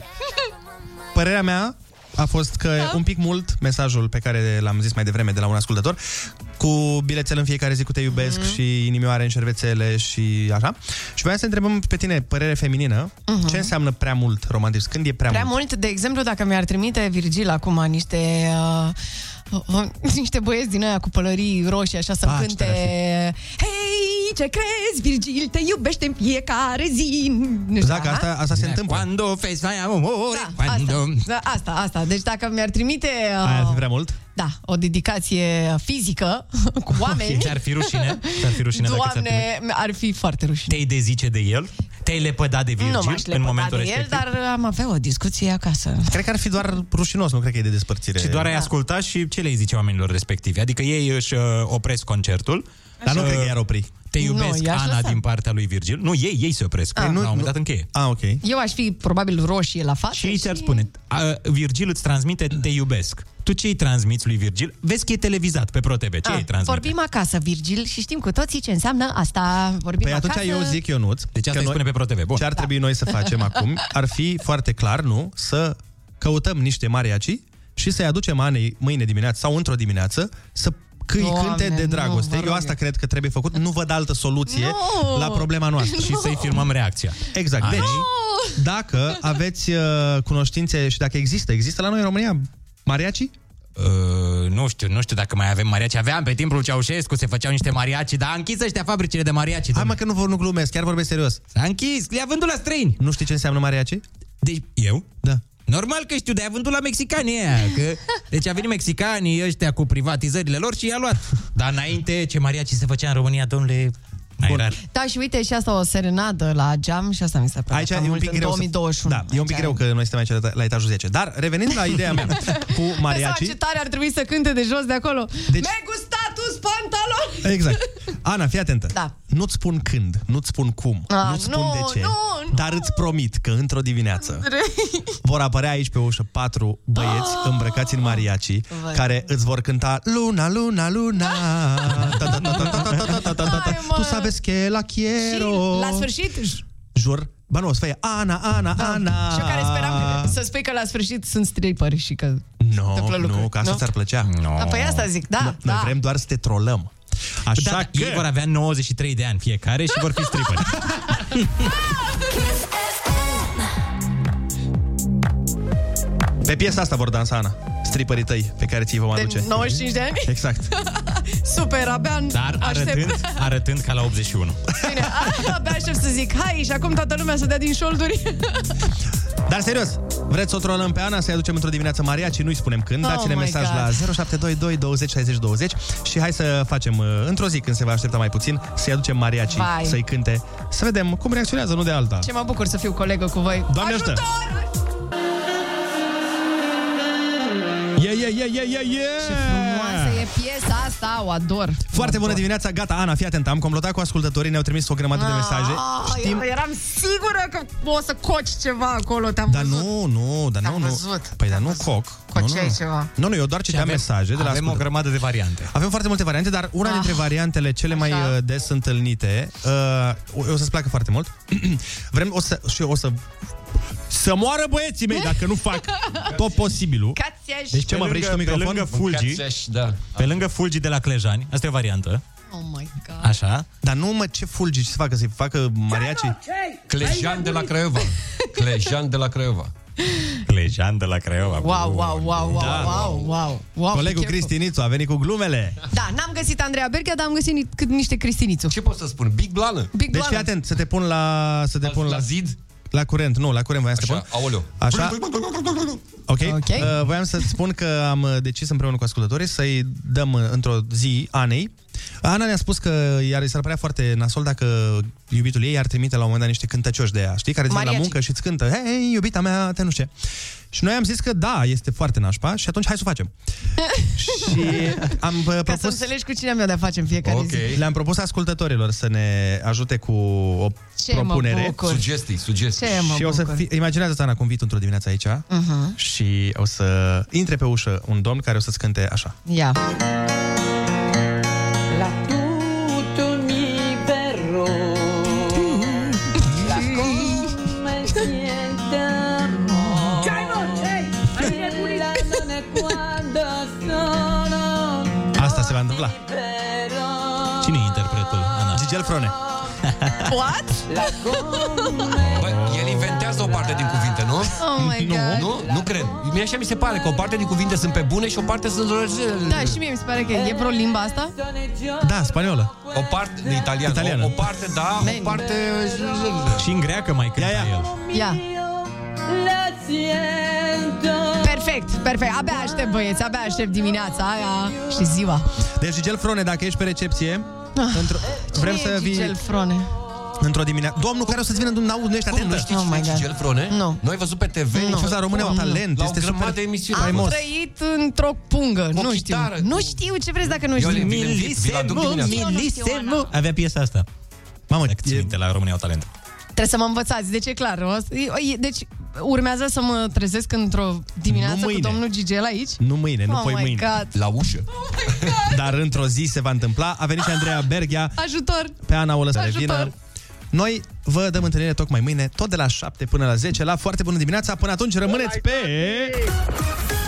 A: părerea mea a fost că da. un pic mult mesajul pe care l-am zis mai devreme de la un ascultător, cu bilețel în fiecare zi cu te iubesc mm-hmm. și inimioare în șervețele și așa. Și voiam să întrebăm pe tine, părere feminină,
C: Mhm.
A: mm-hmm. ce înseamnă prea mult romantism? Când e prea,
C: Prea mult, de exemplu, dacă mi-ar trimite Virgil acum niște... Uh, uh, uh, niște băieți din aia cu pălării roșii, așa să
T: Ah, ce
C: cânte
T: tare ar
C: Hei, ce crezi, Virgil, te iubește în fiecare zi nu știu,
A: Dacă asta, asta se întâmplă.
B: Cuando fezi mai amore,
C: da, asta, da, asta, asta. Deci dacă mi-ar trimite uh,
A: Aia ar fi prea mult?
C: da, o dedicație fizică cu oameni
B: Ți-ar fi rușine? Ți-ar fi rușine dacă ți-ar trimite?
C: Doamne, ar fi foarte rușine.
B: Te-ai dezice de el? Te-ai lepădat de Virgil
C: nu m-aș
B: în
C: lepăda
B: momentul
C: de el,
B: respectiv?
C: dar am avea o discuție acasă.
A: Cred că ar fi doar rușinos, nu cred că e de despărțire.
B: Și doar
C: Da.
B: ai ascultat și ce le-ai zice oamenilor respectivi? Adică ei își uh, opresc concertul.
A: Dar nu
B: Uh,
A: cred că i-ar opri.
B: Te
C: Nu,
B: iubesc,
C: i-aș
B: Ana,
C: lăsa.
B: din partea lui Virgil. Nu, ei, ei se opresc.
C: Ah.
B: la
C: Nu-
B: un moment
C: nu-
B: dat încheie.
A: Ah, ok.
C: Eu aș fi probabil roșie la față.
B: Și ei ți-ar spune, uh, Virgil îți transmite te iubesc. Tu ce îi transmiți lui Virgil? Vezi că e televizat pe ProTV. Ce
C: Ah,
B: îi transmite?
C: vorbim acasă, Virgil, și știm cu toții ce înseamnă asta. Vorbim
A: Păi atunci
C: acasă.
A: eu zic, Ionuț, deci
B: asta îi spune pe ProTV. Bun.
A: ce ar trebui noi să facem acum ar fi foarte clar, nu? Să căutăm niște mariaci și să-i aducem Anei mâine dimineață sau într-o dimineață să câi
B: Doamne,
A: cânte de
B: nu,
A: dragoste.
B: vă rog
A: eu asta
B: eu.
A: cred că trebuie făcut. Nu văd altă soluție
B: Nu!
A: la problema noastră.
B: Și să-i filmăm reacția.
A: Exact.
B: Ai.
A: Deci, dacă aveți uh, cunoștințe și dacă există, există la noi în România mariaci?
B: Uh, nu știu, nu știu dacă mai avem mariaci. Aveam pe timpul Ceaușescu, se făceau niște mariaci, dar a închis ăștia fabricile de mariaci. Hai mă
A: că nu, vor, nu glumesc, chiar vorbesc serios.
B: S-a închis, le-a vândut la străini.
A: Nu știi ce înseamnă mariaci?
B: Deci, eu?
A: Da.
B: Normal că știu, dar a vândut la mexicanii aia, că... Deci a venit mexicanii ăștia cu privatizările lor și i-a luat. Dar înainte, ce mariaci se făcea în România, domnule, mai rar.
C: Da, și uite, și asta o serenadă la geam și asta mi s-a părut
A: Aici
C: prea
A: e un
C: mult
A: pic
C: în
A: greu.
C: 2021.
A: Să... Da, e un pic greu că noi suntem aici la- la etajul 10. Dar revenind la ideea mea cu
C: Mariaci?
A: mariaci.
C: ce tare ar trebui să cânte de jos de acolo.
A: Deci-
C: Deci... Mi-ai gustat un pantalon!
A: Exact. Ana, fii atentă.
C: Da.
A: Nu-ți spun când, nu-ți spun cum,
C: A,
A: nu-ți spun
C: nu,
A: de ce,
C: nu, nu.
A: dar îți promit că într-o dimineață vor apărea aici pe ușă patru băieți
C: Ah,
A: îmbrăcați în mariaci
C: Vai.
A: care îți vor cânta Luna, luna, luna
C: Da.
A: ta, ta, ta, ta, ta, ta, ta, ta, ta, ta. Tu sabes que la quiero
C: Și la sfârșit... j-
A: Jur, ba nu, o să fie Ana, Ana, Ana
C: Da. Și eu care speram
A: Ah.
C: să spui că la sfârșit sunt stripări și că... întâmplă
A: Nu,
C: lucruri,
A: nu, că asta
C: nu?
A: ți-ar plăcea
B: No.
C: Da, păi asta zic, da,
A: Noi
C: da.
A: vrem doar să te trolăm Așa
B: Da, da, ei vor avea 93 de ani fiecare și vor fi stripări.
A: Pe piesa asta vor dansa, Ana Stripării tăi pe care ți-i vom
C: De
A: aduce
C: 95 de ani?
A: Exact
C: Super, abia în-
B: Dar arătând, arătând ca la 81.
C: Bine, abia aștept să zic, hai și acum toată lumea să dea din șolduri.
A: Dar serios, Vreți să o trolăm pe Ana, să-i aducem într-o dimineață Maria, ci nu-i spunem când.
C: Oh
A: Dați-ne
C: my
A: mesaj
C: God.
A: la 0722 20 60 20 și hai să facem uh, într-o zi când se va aștepta mai puțin, să-i aducem Maria,
C: Vai.
A: să-i cânte, să vedem cum reacționează, nu de alta.
C: Ce mă bucur să fiu colegă cu voi.
A: Doamne ajută! Yeah, yeah, yeah, yeah, yeah, yeah! Ce
C: frumoasă E piesa asta, o ador.
A: Foarte bună dimineața, gata, Ana, fii atent, am complotat cu ascultătorii, ne-au trimis o grămadă de mesaje.
C: Ah, eu eram sigură că o să coci ceva acolo, te-am
A: Dar
C: văzut.
A: nu, nu, dar nu, nu. Păi dar nu coc. Nu,
C: Coceai
A: nu.
C: ceva.
A: Nu, nu, eu doar citeam
B: avem-
A: mesaje de la
B: avem o
A: grămadă de variante. Avem foarte multe variante, dar
C: Ah.
A: una dintre variantele cele mai
B: Așa.
A: uh, des întâlnite, uh, o, o să-ți placă foarte mult. Vrem o să, și eu o să să moară băieții mei dacă nu fac tot posibilul.
C: Cațiaș.
A: Deci ce mă vrei și tu microfon?
B: Pe lângă fulgi, da. pe lângă fulgi de la Clejani, asta e o variantă,
C: Oh my god.
B: așa.
A: Dar nu mă, ce fulgi să facă, să-i facă mariaci?
T: Clejan de la Craiova. Clejan de la Craiova.
B: Clejan de la Craiova.
C: Wow, wow, wow, wow,
A: Da.
C: wow, wow, wow.
A: Colegul
C: ce chef.
A: Cristinițu a venit cu glumele.
C: Da, n-am găsit Andreea Berghia, dar am găsit ni- cât niște Cristinițu.
T: Ce pot să spun? Big blană.
C: Big
A: Deci fii
C: blană.
A: atent, să te pun la... Să te pun la, la zid? La curent, nu, la curent voiam să te pun.
T: Aoleu.
A: Așa. Ok. okay. Uh, voiam să spun că am uh, decis împreună cu ascultătorii să-i dăm uh, într-o zi Anei. Ana ne-a spus că iar i s-ar părea foarte nasol dacă iubitul ei ar trimite la un moment dat niște cântăcioși de ea, știi, care vin la
B: Mariachi.
A: muncă și îți cântă, hei, iubita mea, te nu știu. ce." Și noi am zis că da, este foarte nașpa și atunci hai să o facem. și am uh,
C: Ca să
A: propus...
C: înțelegi cu cine am eu de-a face în fiecare zi.
A: Le-am propus ascultătorilor să ne ajute cu o
C: Ce mă
A: propunere.
C: bucur. Sugestii,
T: sugestii.
C: Ce mă
A: și o să
C: bucur.
A: fi, imaginează-ți, Ana, cum vii tu într-o dimineață aici
C: Mhm.
A: și o să intre pe ușă un domn care o să-ți cânte așa.
C: Ia.
L: La tutto mi verrò La come siente amor La notte quando sono
A: Asta se va întâmpla.
L: libero
A: Cine e interpretul, Ana? Gigel Frone.
C: What?
T: Bă, el inventează o parte din cuvinte, nu?
C: Oh my
T: nu,
C: God.
T: nu, nu cred. Mie așa mi se pare că o parte din cuvinte sunt pe bune și o parte sunt răzele.
C: Da, și mie mi se pare că e vreo limba asta.
B: Ah,
A: Da, spaniolă.
T: O parte, nu, italiană. italiană. O, o parte, da, o parte...
B: Și în greacă mai cântă el.
C: Ia.
L: La siento
C: Perfect, perfect. Abia aștept, băieți, abia aștept dimineața aia și ziua. Ah.
A: Deci, Gigel Frone, dacă ești pe recepție, într-
C: Cine
A: vrem
C: e
A: să vii
C: Gigel Frone?
A: într-o dimineață. Domnul care o să-ți vină, nu auzi, nu ești atent.
T: Nu
C: Oh
T: știi cine e Gigel Frone? Nu. Noi văzut pe TV.
A: Nu. Fuza română, un talent,
T: La o
A: este
T: grămadă
A: super
T: de emisiuni.
C: Am trăit într-o pungă, nu știu.
T: chitară,
C: Nu știu ce vreți dacă nu știu.
B: Avea piesa asta.
A: Mamă,
B: Dacă ți minte la România au talent.
C: Trebuie să mă învățați, deci e clar. O să- e- e- Deci urmează să mă trezesc într-o dimineață cu
A: mâine.
C: domnul Gigel aici.
A: Nu mâine, nu
C: Oh
A: poi
C: my
A: mâine.
C: God. Oh
T: La ușă.
A: Dar într-o zi se va întâmpla. A venit și Andreea Berghia.
C: Ajutor!
A: pe Ana o lăsăm să
C: Ajutor!
A: revină. Noi vă dăm întâlnire tocmai mâine, tot de la 7 până la 10, la foarte bună dimineața. Până atunci rămâneți pe...